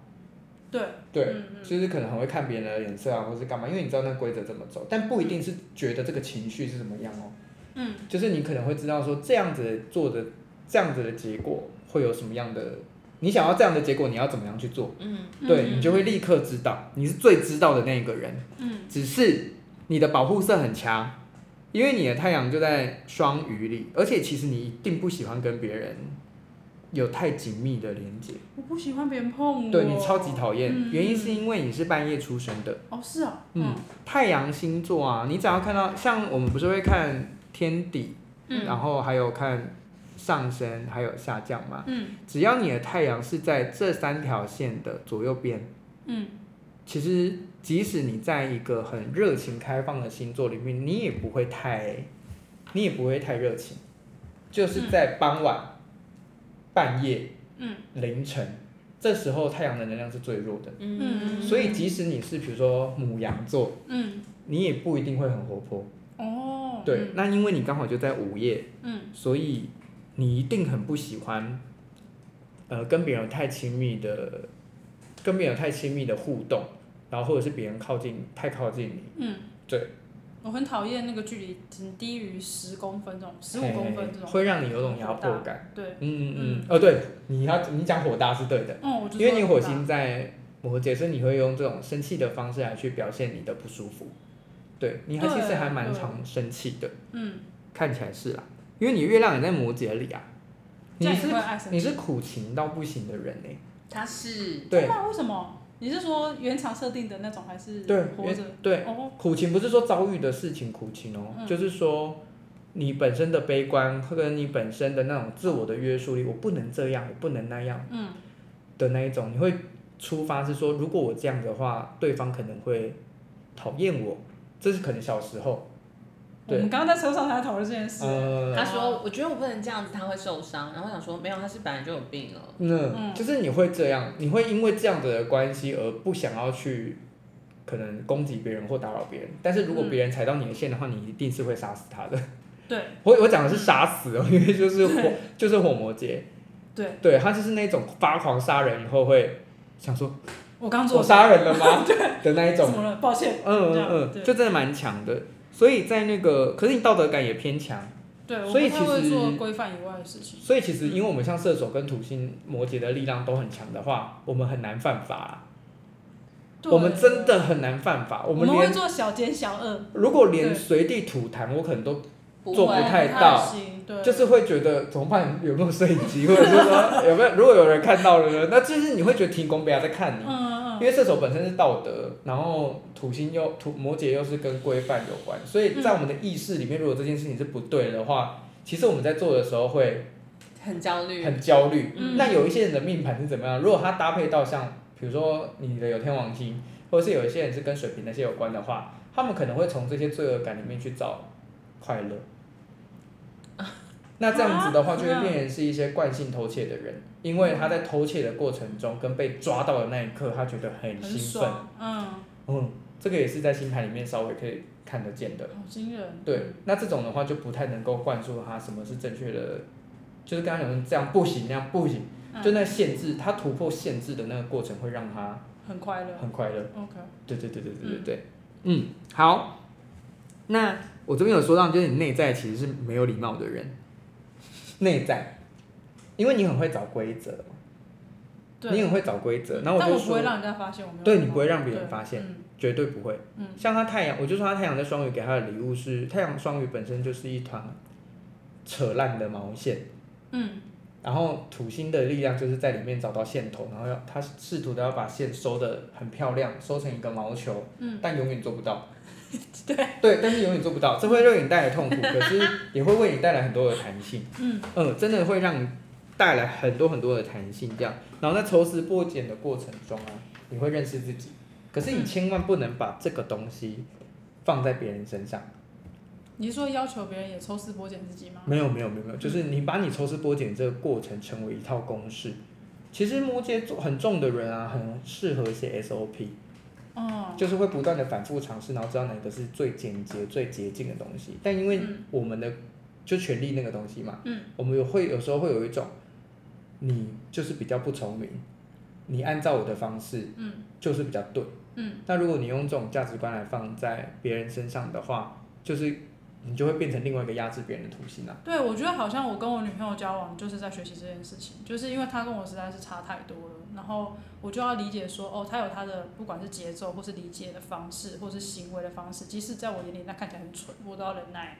Speaker 3: 对
Speaker 2: 对，
Speaker 3: 嗯嗯，
Speaker 2: 就是可能很会看别人的脸色啊，或是干嘛，因为你知道那个规则怎么走，但不一定是觉得这个情绪是怎么样哦。
Speaker 3: 嗯，
Speaker 2: 就是你可能会知道说这样子做的这样子的结果会有什么样的，你想要这样的结果，你要怎么样去做？
Speaker 1: 嗯，
Speaker 2: 对
Speaker 3: 嗯
Speaker 2: 你就会立刻知道，你是最知道的那个人，
Speaker 3: 嗯
Speaker 2: 只是你的保护色很强，因为你的太阳就在双鱼里，而且其实你一定不喜欢跟别人有太紧密的连接，
Speaker 3: 我不喜欢别人碰我。
Speaker 2: 对你超级讨厌。
Speaker 3: 嗯
Speaker 2: 原因是因为你是半夜出生的，
Speaker 3: 哦，是啊，
Speaker 2: 嗯，太阳星座啊，你只要看到像我们不是会看天底，
Speaker 3: 嗯
Speaker 2: 然后还有看上升，还有下降嘛，
Speaker 3: 嗯
Speaker 2: 只要你的太阳是在这三条线的左右边，
Speaker 3: 嗯，
Speaker 2: 其实即使你在一个很热情开放的星座里面，你也不会太，你也不会太热情，就是在傍晚、半夜、
Speaker 3: 嗯、
Speaker 2: 凌晨，这时候太阳的能量是最弱的。
Speaker 1: 嗯，
Speaker 2: 所以即使你是比如说母羊座，
Speaker 3: 嗯，
Speaker 2: 你也不一定会很活泼。
Speaker 3: 哦，
Speaker 2: 对，那因为你刚好就在午夜，
Speaker 3: 嗯，
Speaker 2: 所以你一定很不喜欢，呃，跟别人太亲密的，跟别人太亲密的互动，然后或者是别人靠近太靠近你，
Speaker 3: 嗯，
Speaker 2: 对，
Speaker 3: 我很讨厌那个距离仅低于十公分这种，十五公分这
Speaker 2: 嘿
Speaker 3: 种，
Speaker 2: 会让你有种压迫感。
Speaker 3: 对，
Speaker 2: 嗯嗯
Speaker 3: 嗯
Speaker 2: 哦对，你要你讲火大是对的，
Speaker 3: 嗯，我就
Speaker 2: 因为你
Speaker 3: 说
Speaker 2: 火
Speaker 3: 吧
Speaker 2: 星在摩羯，所以你会用这种生气的方式来去表现你的不舒服。对，你还其实
Speaker 3: 对
Speaker 2: 还蛮
Speaker 3: 对
Speaker 2: 常生气的，
Speaker 3: 嗯，
Speaker 2: 看起来是啦、因为你月亮也在摩羯里啊，你
Speaker 3: 这样你
Speaker 2: 是
Speaker 3: 会爱生
Speaker 2: 你
Speaker 3: 气
Speaker 2: 是苦情到不行的人呢、欸
Speaker 1: 他是
Speaker 2: 对
Speaker 3: 啊那为什么？你是说原厂设定的那种，还是
Speaker 2: 对
Speaker 3: 活着？
Speaker 2: 对，
Speaker 3: 哦，
Speaker 2: 苦情不是说遭遇的事情苦情哦，
Speaker 3: 嗯
Speaker 2: 就是说你本身的悲观和跟你本身的那种自我的约束力，我不能这样，我不能那样
Speaker 3: 嗯
Speaker 2: 的那一种，你会出发是说，如果我这样的话，对方可能会讨厌我，这是可能小时候，
Speaker 3: 我
Speaker 2: 对
Speaker 3: 们刚刚在车上才讨论这件事。
Speaker 2: 呃，
Speaker 1: 他说，我觉得我不能这样子，他会受伤。然后我想说，没有，他是本来就有病了。
Speaker 3: 嗯
Speaker 2: 那嗯就是你会这样，你会因为这样子的关系而不想要去。可能攻击别人或打扰别人，但是如果
Speaker 3: 嗯
Speaker 2: 别人踩到你的线的话，你一定是会杀死他的。
Speaker 3: 对
Speaker 2: 我我讲的是杀死哦，因为就是火就是火魔羯，
Speaker 3: 对，
Speaker 2: 对他就是那种发狂杀人以后会想说
Speaker 3: 我刚
Speaker 2: 我
Speaker 3: 做
Speaker 2: 杀人了 吗的那一
Speaker 3: 怎
Speaker 2: 种，
Speaker 3: 么了？抱歉。
Speaker 2: 嗯
Speaker 3: 这
Speaker 2: 嗯
Speaker 3: 样
Speaker 2: 嗯，
Speaker 3: 对
Speaker 2: 就真的蛮强的。所以在那个，可是你道德感也偏强，
Speaker 3: 对，我
Speaker 2: 所以
Speaker 3: 不太
Speaker 2: 其实
Speaker 3: 会做规范以外的事情。
Speaker 2: 所以其实因为我们像射手跟土星摩羯的力量都很强的话，我们很难犯法啊、
Speaker 3: 对
Speaker 2: 我们真，的很难犯法，我
Speaker 3: 我
Speaker 2: 们
Speaker 3: 会
Speaker 2: 连
Speaker 3: 做小奸小恶，
Speaker 2: 如果
Speaker 3: 对
Speaker 2: 连随地吐痰，我可能都
Speaker 1: 不
Speaker 2: 做不
Speaker 1: 会，
Speaker 2: 太
Speaker 3: 太
Speaker 2: 到
Speaker 3: 行。对，
Speaker 2: 就是会觉得怎么办？有没有摄影机，或者是说有没有如果有人看到了呢？那就是你会觉得停工不要再看你，
Speaker 3: 嗯嗯
Speaker 2: 因为射手本身是道德，然后土星又土摩羯又是跟规范有关，所以在我们的意识里面，如果这件事情是不对的话，
Speaker 3: 嗯
Speaker 2: 其实我们在做的时候会
Speaker 1: 很焦虑，
Speaker 2: 很焦虑。
Speaker 3: 嗯
Speaker 2: 那有一些人的命盘是怎么样？如果他搭配到像比如说你的有天王星，或者是有一些人是跟水瓶那些有关的话，他们可能会从这些罪恶感里面去找快 乐。那这样子的话，
Speaker 3: 啊
Speaker 2: 就会变成是一些惯性偷窃的人，因为他在偷窃的过程中跟被抓到的那一刻，他觉得很
Speaker 3: 嗯，很
Speaker 2: 兴奋。
Speaker 3: 爽。嗯，
Speaker 2: 嗯，这个也是在星盘里面稍微可以看得见的。
Speaker 3: 好惊人。
Speaker 2: 对，那这种的话就不太能够灌输他什么是正确的，就是刚刚讲的这样不行，那样不行，
Speaker 3: 嗯，
Speaker 2: 就那限制他突破限制的那个过程会让他
Speaker 3: 很快乐。
Speaker 2: 很快乐。
Speaker 3: OK，
Speaker 2: 对对对对对对对，嗯，好。那我这边有说到，就是你内在其实是没有礼貌的人，内在，因为你很会找规则嘛，你
Speaker 3: 对。
Speaker 2: 很会找规则，然后
Speaker 3: 但
Speaker 2: 就
Speaker 3: 我不
Speaker 2: 说
Speaker 3: 会，让人家发现我没有。
Speaker 2: 对你不会让别人
Speaker 3: 对
Speaker 2: 发现，
Speaker 3: 嗯
Speaker 2: 绝对不会。
Speaker 3: 嗯
Speaker 2: 像他太阳，我就说他太阳在双鱼给他的礼物是太阳双鱼本身就是一团扯烂的毛线，
Speaker 3: 嗯
Speaker 2: 然后土星的力量就是在里面找到线头，然后要他试图的要把线收的很漂亮，收成一个毛球，
Speaker 3: 嗯，
Speaker 2: 但永远做不到。
Speaker 3: 对
Speaker 2: 对，但是永远做不到，这会为你带来痛苦，可是也会为你带来很多的弹性。
Speaker 3: 嗯
Speaker 2: 嗯，真的会让你带来很多很多的弹性，这样，然后在抽丝剥茧的过程中啊，你会认识自己。可是你千万不能把这个东西放在别人身上。
Speaker 3: 你是说要求别人也抽丝剥茧自己吗？嗯
Speaker 2: 没有，没有，没有，没有，就是你把你抽丝剥茧这个过程成为一套公式。其
Speaker 3: 嗯
Speaker 2: 实摩羯座很重的人啊，很适合写 SOP，
Speaker 3: 嗯，
Speaker 2: 就是会不断的反复尝试，然后知道哪个是最简洁、最捷径的东西。但因为
Speaker 3: 嗯
Speaker 2: 我们的就权力那个东西嘛，
Speaker 3: 嗯，
Speaker 2: 我们有会有时候会有一种，你就是比较不聪明，你按照我的方式，
Speaker 3: 嗯，
Speaker 2: 就是比较对，
Speaker 3: 嗯，
Speaker 2: 那如果你用这种价值观来放在别人身上的话，就是你就会变成另外一个压制别人的图形啊。
Speaker 3: 对，我觉得好像我跟我女朋友交往就是在学习这件事情，就是因为她跟我实在是差太多了，然后我就要理解说，哦，她有她的不管是节奏或是理解的方式，或是行为的方式，即使在我眼里那看起来很蠢，我都要忍耐。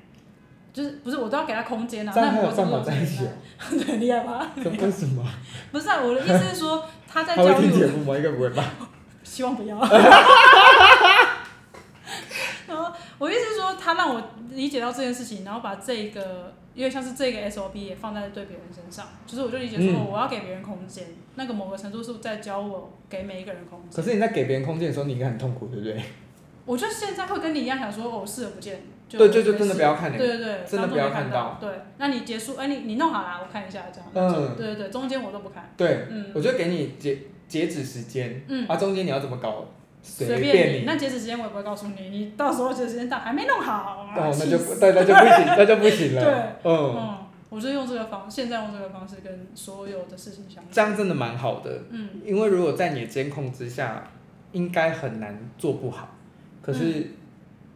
Speaker 3: 就是不是我都要给他空间啊？
Speaker 2: 这样
Speaker 3: 那
Speaker 2: 还有
Speaker 3: 我怎么
Speaker 2: 办法在一起啊
Speaker 3: 对，很厉害吧？
Speaker 2: 这为什 么？
Speaker 3: 不是啊，我的意思是说他在
Speaker 2: 他
Speaker 3: 教
Speaker 2: 会听
Speaker 3: 育
Speaker 2: 节
Speaker 3: 我，
Speaker 2: 目吗？应该不会吧？
Speaker 3: 希望不要。然后我意思是说，他让我理解到这件事情，然后把这个，因为像是这个 SOP 也放在对别人身上，就是我就理解说，
Speaker 2: 嗯
Speaker 3: 我要给别人空间，那个某个程度是在教我给每一个人空间
Speaker 2: 可。是你在给别人空间的时候，你应该很痛苦，对不对？
Speaker 3: 我就现在会跟你一样想说，哦，视而不见。
Speaker 2: 对，就就
Speaker 3: 没
Speaker 2: 真的
Speaker 3: 事
Speaker 2: 不要看那个。
Speaker 3: 对对对，
Speaker 2: 真的
Speaker 3: 当作
Speaker 2: 不要
Speaker 3: 没
Speaker 2: 看
Speaker 3: 看
Speaker 2: 到。
Speaker 3: 对，那你结束，哎、你你弄好啦，我看一下这样。
Speaker 2: 嗯
Speaker 3: 对对对，中间我都不看。
Speaker 2: 对，
Speaker 3: 嗯
Speaker 2: 我就给你截截止时间，
Speaker 3: 嗯，
Speaker 2: 啊，中间你要怎么搞，
Speaker 3: 随
Speaker 2: 便
Speaker 3: 你。那截止时间我也不会告诉你，你到时候截止时间到还没弄好，啊
Speaker 2: 哦，那
Speaker 3: 气
Speaker 2: 就
Speaker 3: 死
Speaker 2: 不对，那就不行，那就不行了。
Speaker 3: 对，
Speaker 2: 嗯，
Speaker 3: 嗯，我就用这个方，现在用这个方式跟所有的事情相处
Speaker 2: 这。样真的蛮好的，
Speaker 3: 嗯，
Speaker 2: 因为如果在你的监控之下，应该很难做不好。可
Speaker 3: 嗯
Speaker 2: 是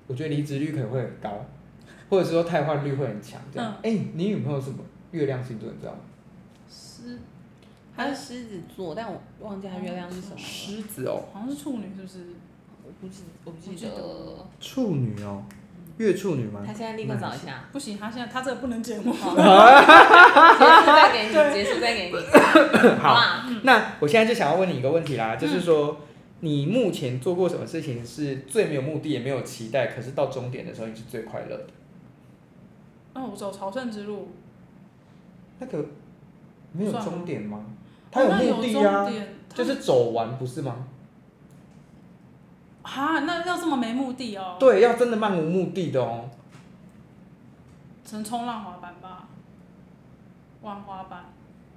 Speaker 2: 我觉得离职率可能会很高，或者是说汰换率会很强。这
Speaker 3: 嗯
Speaker 2: 样，哎，你女朋友什么月亮星座，你知道吗？
Speaker 3: 是，
Speaker 1: 他
Speaker 3: 还
Speaker 1: 是狮子座，但我忘记他月亮是什么了，
Speaker 2: 狮子哦，
Speaker 3: 好像是处女，是不是？
Speaker 1: 我不记我不
Speaker 3: 我
Speaker 1: 记
Speaker 3: 记
Speaker 1: 得
Speaker 3: 得。
Speaker 2: 处女哦，月处女吗
Speaker 1: 他？现在立刻找一下，
Speaker 3: 不行，他现在他这个不能哦节目。
Speaker 2: 啊
Speaker 1: 结束再给你，结束再给你。
Speaker 2: 好，
Speaker 1: 哇，
Speaker 2: 那我现在就想要问你一个问题
Speaker 3: 嗯
Speaker 2: 啦，就是说，你目前做过什么事情是最没有目的也没有期待，可是到终点的时候你是最快乐的？
Speaker 3: 那啊我走朝圣之路，
Speaker 2: 那个没有
Speaker 3: 算哦吗
Speaker 2: 终点吗？它
Speaker 3: 好像
Speaker 2: 目的
Speaker 3: 终
Speaker 2: 啊，
Speaker 3: 点，它
Speaker 2: 就是走完不是吗？
Speaker 3: 哈，那要这么没目的哦？，
Speaker 2: 对，要真的漫无目的的哦。
Speaker 3: 只能冲浪滑板吧，玩滑板，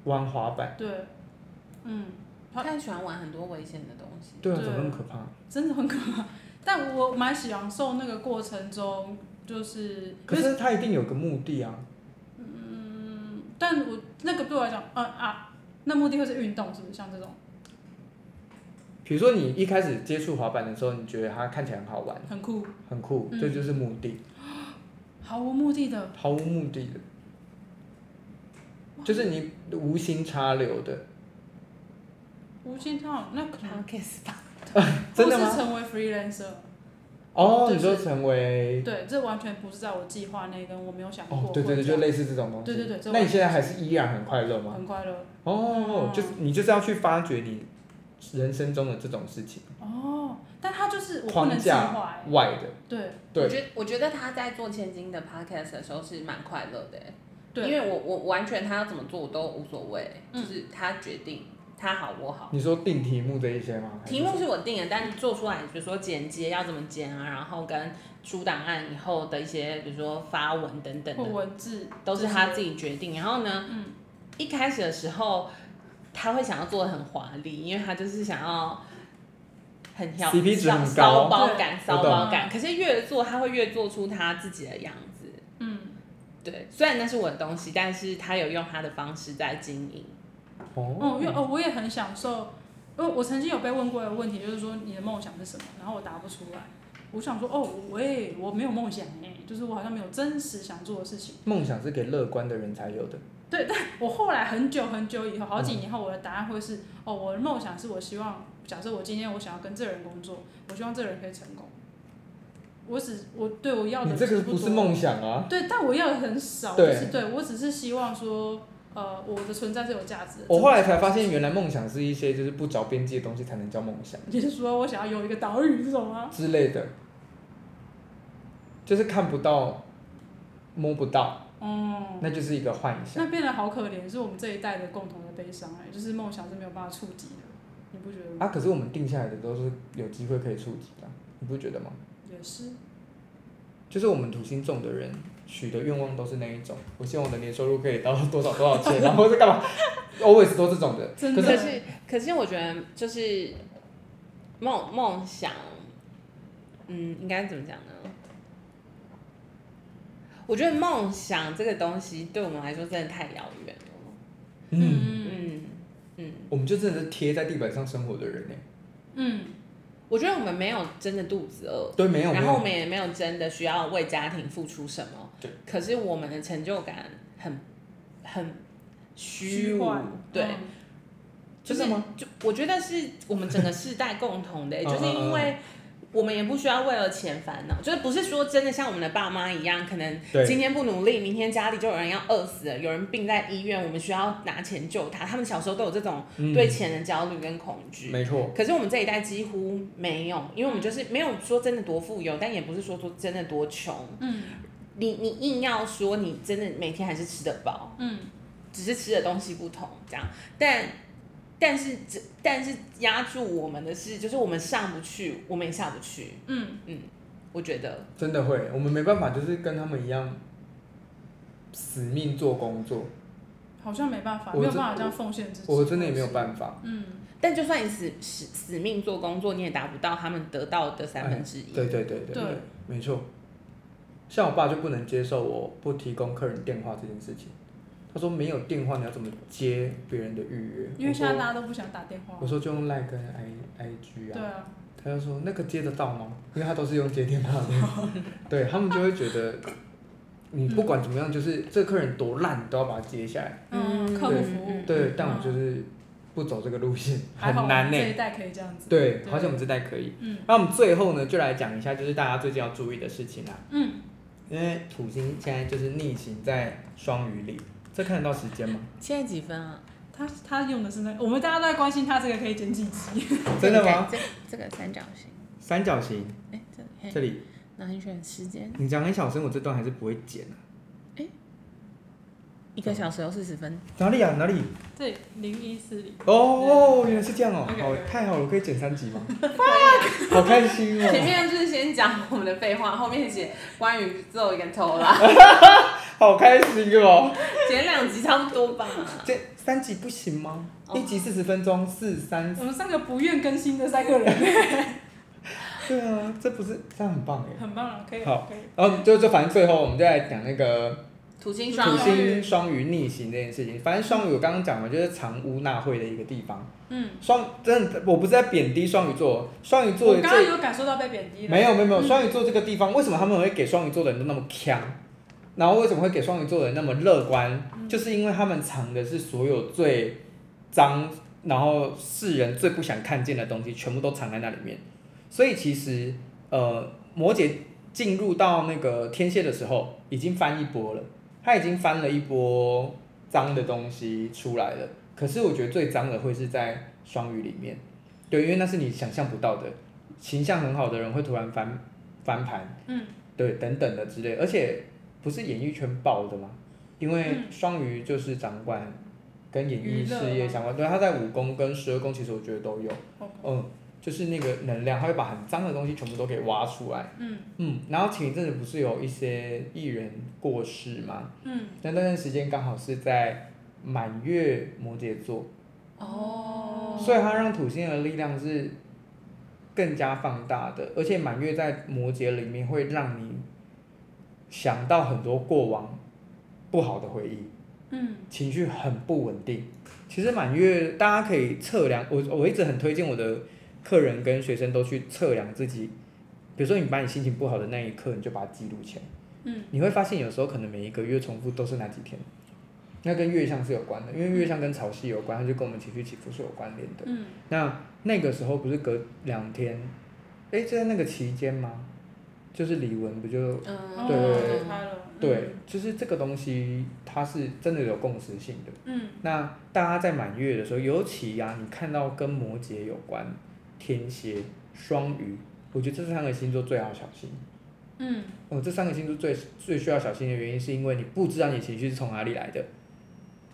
Speaker 2: 玩滑板，
Speaker 3: 对，嗯。
Speaker 1: 他很喜欢玩很多危险的东西。
Speaker 2: 对啊，
Speaker 3: 对
Speaker 2: 怎么那么可怕？
Speaker 3: 真的很可怕。但我蛮享受那个过程中，就是
Speaker 2: 可是它一定有个目的啊。
Speaker 3: 嗯，但我那个对我来讲，嗯啊，那目的会是运动，是不是？像这种
Speaker 2: 比如说你一开始接触滑板的时候，你觉得它看起来很好玩、
Speaker 3: 很酷、
Speaker 2: 很酷，
Speaker 3: 嗯
Speaker 2: 这就是目的，
Speaker 3: 毫无目的的，
Speaker 2: 毫无目的的，就是你无心插柳的。
Speaker 3: 无限跳，那可能
Speaker 1: Podcast 吧，
Speaker 2: 真的
Speaker 3: 或
Speaker 2: 吗
Speaker 3: 是成为 freelancer，
Speaker 2: 哦，
Speaker 3: 就
Speaker 2: 你说
Speaker 3: 是
Speaker 2: 成为
Speaker 3: 对，这完全不是在我计划内，跟我没有想过
Speaker 2: 哦
Speaker 3: 会，
Speaker 2: 对
Speaker 3: 这
Speaker 2: 对
Speaker 3: 样。
Speaker 2: 对，就类似这种东西。
Speaker 3: 对对对这
Speaker 2: 那你
Speaker 3: 我
Speaker 2: 现在还是依然很快乐吗？
Speaker 3: 很快乐
Speaker 2: 哦，
Speaker 3: 嗯
Speaker 2: 就是你就是要去发掘你人生中的这种事情
Speaker 3: 哦，但他就是我不
Speaker 2: 框
Speaker 3: 能计
Speaker 2: 架
Speaker 3: 划、欸，
Speaker 2: 外的，
Speaker 3: 对
Speaker 1: 我
Speaker 2: 对，
Speaker 1: 觉我觉得他在做千金的 Podcast 的时候是蛮快乐的欸，因
Speaker 3: 对，
Speaker 1: 为我我完全他要怎么做我都无所谓，就
Speaker 3: 嗯
Speaker 1: 是他决定他好我好。
Speaker 2: 你说定题目这一些吗？还是
Speaker 1: 题目是我定的，但是做出来，比如说剪接要怎么剪啊，然后跟出档案以后的一些，比如说发文等等
Speaker 3: 或
Speaker 1: 的，
Speaker 3: 文字
Speaker 1: 都是他自
Speaker 3: 己，
Speaker 1: 己决定。然后呢，
Speaker 3: 嗯
Speaker 1: 一开始的时候，他会想要做的很华丽，因为他就是想要很挑
Speaker 2: CP 值很
Speaker 1: 骚
Speaker 2: 高
Speaker 1: 包感、
Speaker 2: 对
Speaker 1: 骚
Speaker 2: 我懂
Speaker 1: 包感。可是越做，他会越做出他自己的样子。
Speaker 3: 嗯，
Speaker 1: 对，虽然那是我的东西，但是他有用他的方式在经营。
Speaker 3: 哦，因为
Speaker 2: 哦，
Speaker 3: 哦，我也很享受，因为我曾经有被问过的问题，就是说你的梦想是什么，然后我答不出来。我想说，哦，我也我没有梦想哎、就是我好像没有真实想做的事情。
Speaker 2: 梦想是给乐观的人才有的，
Speaker 3: 我后来很久很久以后，好
Speaker 2: 嗯
Speaker 3: 几年后，我的答案会是，哦，我的梦想是我希望，假设我今天我想要跟这个人工作，我希望这个人可以成功。我只我对我要的
Speaker 2: 你这个
Speaker 3: 不
Speaker 2: 不是
Speaker 3: 多
Speaker 2: 梦想啊，
Speaker 3: 对，但我要的很少，就
Speaker 2: 对
Speaker 3: 是对我只是希望说，呃，我的存在是有价值的。
Speaker 2: 我后来才
Speaker 3: 这么
Speaker 2: 发
Speaker 3: 小的事
Speaker 2: 现，
Speaker 3: 情，
Speaker 2: 原来梦想是一些就是不着边际的东西才能叫梦想
Speaker 3: 你是说我想要有一个岛屿这种吗？
Speaker 2: 之类的，就是看不到、摸不到，
Speaker 3: 哦、
Speaker 2: 那就是一个幻想。
Speaker 3: 那变得好可怜，是我们这一代的共同的悲伤哎、就是梦想是没有办法触及的，你不觉得吗？
Speaker 2: 啊，可是我们定下来的都是有机会可以触及的啊，你不觉得吗？
Speaker 3: 也是，
Speaker 2: 就是我们土星重的人许的愿望都是那一种，我希望我的年收入可以到多少多少 钱，然后是干嘛，always 都这种的。
Speaker 3: 真
Speaker 2: 可
Speaker 3: 的
Speaker 1: 可
Speaker 2: 是
Speaker 1: 是，可是我觉得就是梦梦想，嗯，应该怎么讲呢？我觉得梦想这个东西对我们来说真的太遥远了。
Speaker 2: 嗯，
Speaker 3: 嗯
Speaker 1: 嗯嗯，
Speaker 2: 我们就真的是贴在地板上生活的人呢。
Speaker 3: 嗯
Speaker 1: 我觉得我们没有真的肚子
Speaker 3: 哦
Speaker 1: 饿，
Speaker 2: 对，没有，
Speaker 1: 然
Speaker 2: 没
Speaker 1: 后我
Speaker 2: 有，
Speaker 1: 们也没有真的需要为家庭付出什么。
Speaker 2: 对。
Speaker 1: 可是我们的成就感很很虚无
Speaker 3: 幻，
Speaker 1: 对。
Speaker 3: 嗯
Speaker 1: 就
Speaker 2: 真
Speaker 1: 是
Speaker 2: 的吗？
Speaker 1: 就我觉得是我们整个世代共同的、
Speaker 2: 嗯
Speaker 1: 就是因为我们也不需要为了钱烦恼，就是不是说真的像我们的爸妈一样，可能
Speaker 2: 对
Speaker 1: 今天不努力，明天家里就有人要饿死了，有人病在医院，我们需要拿钱救他。他们小时候都有这种
Speaker 2: 嗯
Speaker 1: 对钱的焦虑跟恐惧。
Speaker 2: 没错，
Speaker 1: 可是我们这一代几乎没有，因为我们就是没有说真的多富有，但也不是说说真的多穷。
Speaker 3: 嗯
Speaker 1: 你你硬要说你真的每天还是吃得饱，
Speaker 3: 嗯，
Speaker 1: 只是吃的东西不同这样，但但是这但是压住我们的是，就是我们上不去，我们也下不去。
Speaker 3: 嗯
Speaker 1: 我觉得
Speaker 2: 真的会，我们没办法，就是跟他们一样死命做工作，
Speaker 3: 好像没办法，
Speaker 2: 我
Speaker 3: 没有
Speaker 2: 真
Speaker 3: 办法这样奉献自己。
Speaker 2: 我真的也没有办法。
Speaker 3: 嗯，
Speaker 1: 但就算你死死死命做工作，你也达不到他们得到的三分之一。
Speaker 2: 哎对对对对
Speaker 3: 对
Speaker 2: 没错。像我爸就不能接受我不提供客人电话这件事情，他说没有电话你要怎么接别人的预约？
Speaker 3: 因为
Speaker 2: 我
Speaker 3: 现在
Speaker 2: 说
Speaker 3: 大家都不想打电话
Speaker 2: 我。说就用赖跟 i i g 啊
Speaker 3: 对，啊，
Speaker 2: 他就说那个接得到吗？因为他都是用接电话 的，对他们就会觉得你不管怎么样，就是这个客人多烂，你都要把他接下来。
Speaker 3: 嗯，客户服务
Speaker 1: 嗯
Speaker 2: 对，但我就是不走这个路线，
Speaker 3: 还
Speaker 2: 很
Speaker 3: 好我
Speaker 2: 难
Speaker 3: 们
Speaker 2: 呢、
Speaker 3: 这一代可以这样子。
Speaker 2: 对，
Speaker 3: 对
Speaker 2: 好像我们这代可以。
Speaker 3: 嗯
Speaker 2: 那我们最后呢，就来讲一下，就是大家最近要注意的事情啦、啊
Speaker 3: 嗯，
Speaker 2: 因为土星现在就是逆行在双鱼里，这看得到时间吗？
Speaker 1: 现在几分啊？
Speaker 3: 他他用的是那，我们大家都在关心他这个可以减几 级。
Speaker 2: 真的吗？
Speaker 1: 这这个三角形，
Speaker 2: 三角形
Speaker 1: 哎、这里，
Speaker 2: 这里，
Speaker 1: 那你选时间，
Speaker 2: 你讲很小声，我这段还是不会剪啊。
Speaker 1: 一个小时有四十分。
Speaker 2: 哪里啊？哪里？
Speaker 3: 这里零一四零，
Speaker 2: 哦，原来是这样哦，
Speaker 3: OK，
Speaker 2: 好，
Speaker 3: OK
Speaker 2: 太好了，我可以剪三集吗？好开心
Speaker 1: 前
Speaker 2: 哦，
Speaker 1: 面就是先讲我们的废话，后面写关于做一个偷 啦，
Speaker 2: 好开心哦。
Speaker 1: 前两集差不 多吧。
Speaker 2: 这三集不行吗？
Speaker 1: 哦
Speaker 2: 一集四十分钟，四三，
Speaker 3: 我们三个不愿更新的三 个人，
Speaker 2: 对啊，这不是这样很棒哎。
Speaker 3: 很棒啊，可以，
Speaker 2: 好
Speaker 3: 可以。
Speaker 2: 然后就就反正最后我们就来讲那个
Speaker 1: 土星双
Speaker 2: 土
Speaker 1: 鱼，
Speaker 2: 星双鱼逆行这件事情。反正双鱼我刚刚讲了，就是藏污纳秽的一个地方。
Speaker 3: 嗯，
Speaker 2: 双真的，我不是在贬低双鱼座，双鱼座
Speaker 3: 我
Speaker 2: 的
Speaker 3: 刚刚
Speaker 2: 这
Speaker 3: 有感受到被贬低了。
Speaker 2: 没有没有没有，
Speaker 3: 嗯
Speaker 2: 双鱼座这个地方为什么他们会给双鱼座的人都那么强？然后为什么会给双鱼座的人那么乐观？就是因为他们藏的是所有最脏，然后世人最不想看见的东西，全部都藏在那里面。所以其实呃，摩羯进入到那个天蝎的时候，已经翻一波了，他已经翻了一波脏的东西出来了。可是我觉得最脏的会是在双鱼里面，对，因为那是你想象不到的，形象很好的人会突然翻翻盘，
Speaker 3: 嗯，
Speaker 2: 对，等等的之类，而且不是演艺圈爆的吗？因为
Speaker 3: 嗯
Speaker 2: 双鱼就是掌管跟演艺
Speaker 3: 娱乐
Speaker 2: 事业
Speaker 3: 吗
Speaker 2: 相关，对，他在五宫跟十二宫其实我觉得都有，
Speaker 3: OK
Speaker 2: 嗯，就是那个能量，他会把很脏的东西全部都给挖出来，
Speaker 3: 嗯
Speaker 2: 嗯，然后前一阵子不是有一些艺人过世吗？
Speaker 3: 嗯，
Speaker 2: 那那段时间刚好是在满月摩羯座，
Speaker 1: 哦，
Speaker 2: 所以它让土星的力量是更加放大的，而且满月在摩羯里面会让你想到很多过往不好的回忆，
Speaker 3: 嗯
Speaker 2: 情绪很不稳定。其实满月大家可以测量，我我一直很推荐我的客人跟学生都去测量自己，比如说你把你心情不好的那一刻，你就把它记录起来。
Speaker 3: 嗯
Speaker 2: 你会发现有时候可能每一个月重复都是那几天，那跟月相是有关的，因为月相跟潮汐有关，它就跟我们情绪起伏是有关联的。
Speaker 3: 嗯，
Speaker 2: 那那个时候不是隔两天，哎，就在那个期间吗？就是李玟不就
Speaker 1: 嗯，
Speaker 3: 哦
Speaker 2: 对对对
Speaker 3: 走开了。嗯
Speaker 2: 对，，就是这个东西它是真的有共识性的。
Speaker 3: 嗯
Speaker 2: 那大家在满月的时候，尤其呀、你看到跟摩羯有关、天蝎、双鱼，我觉得这三个星座最好小心。
Speaker 3: 嗯
Speaker 2: 哦，这三个星座最最需要小心的原因，是因为你不知道你情绪是从哪里来的。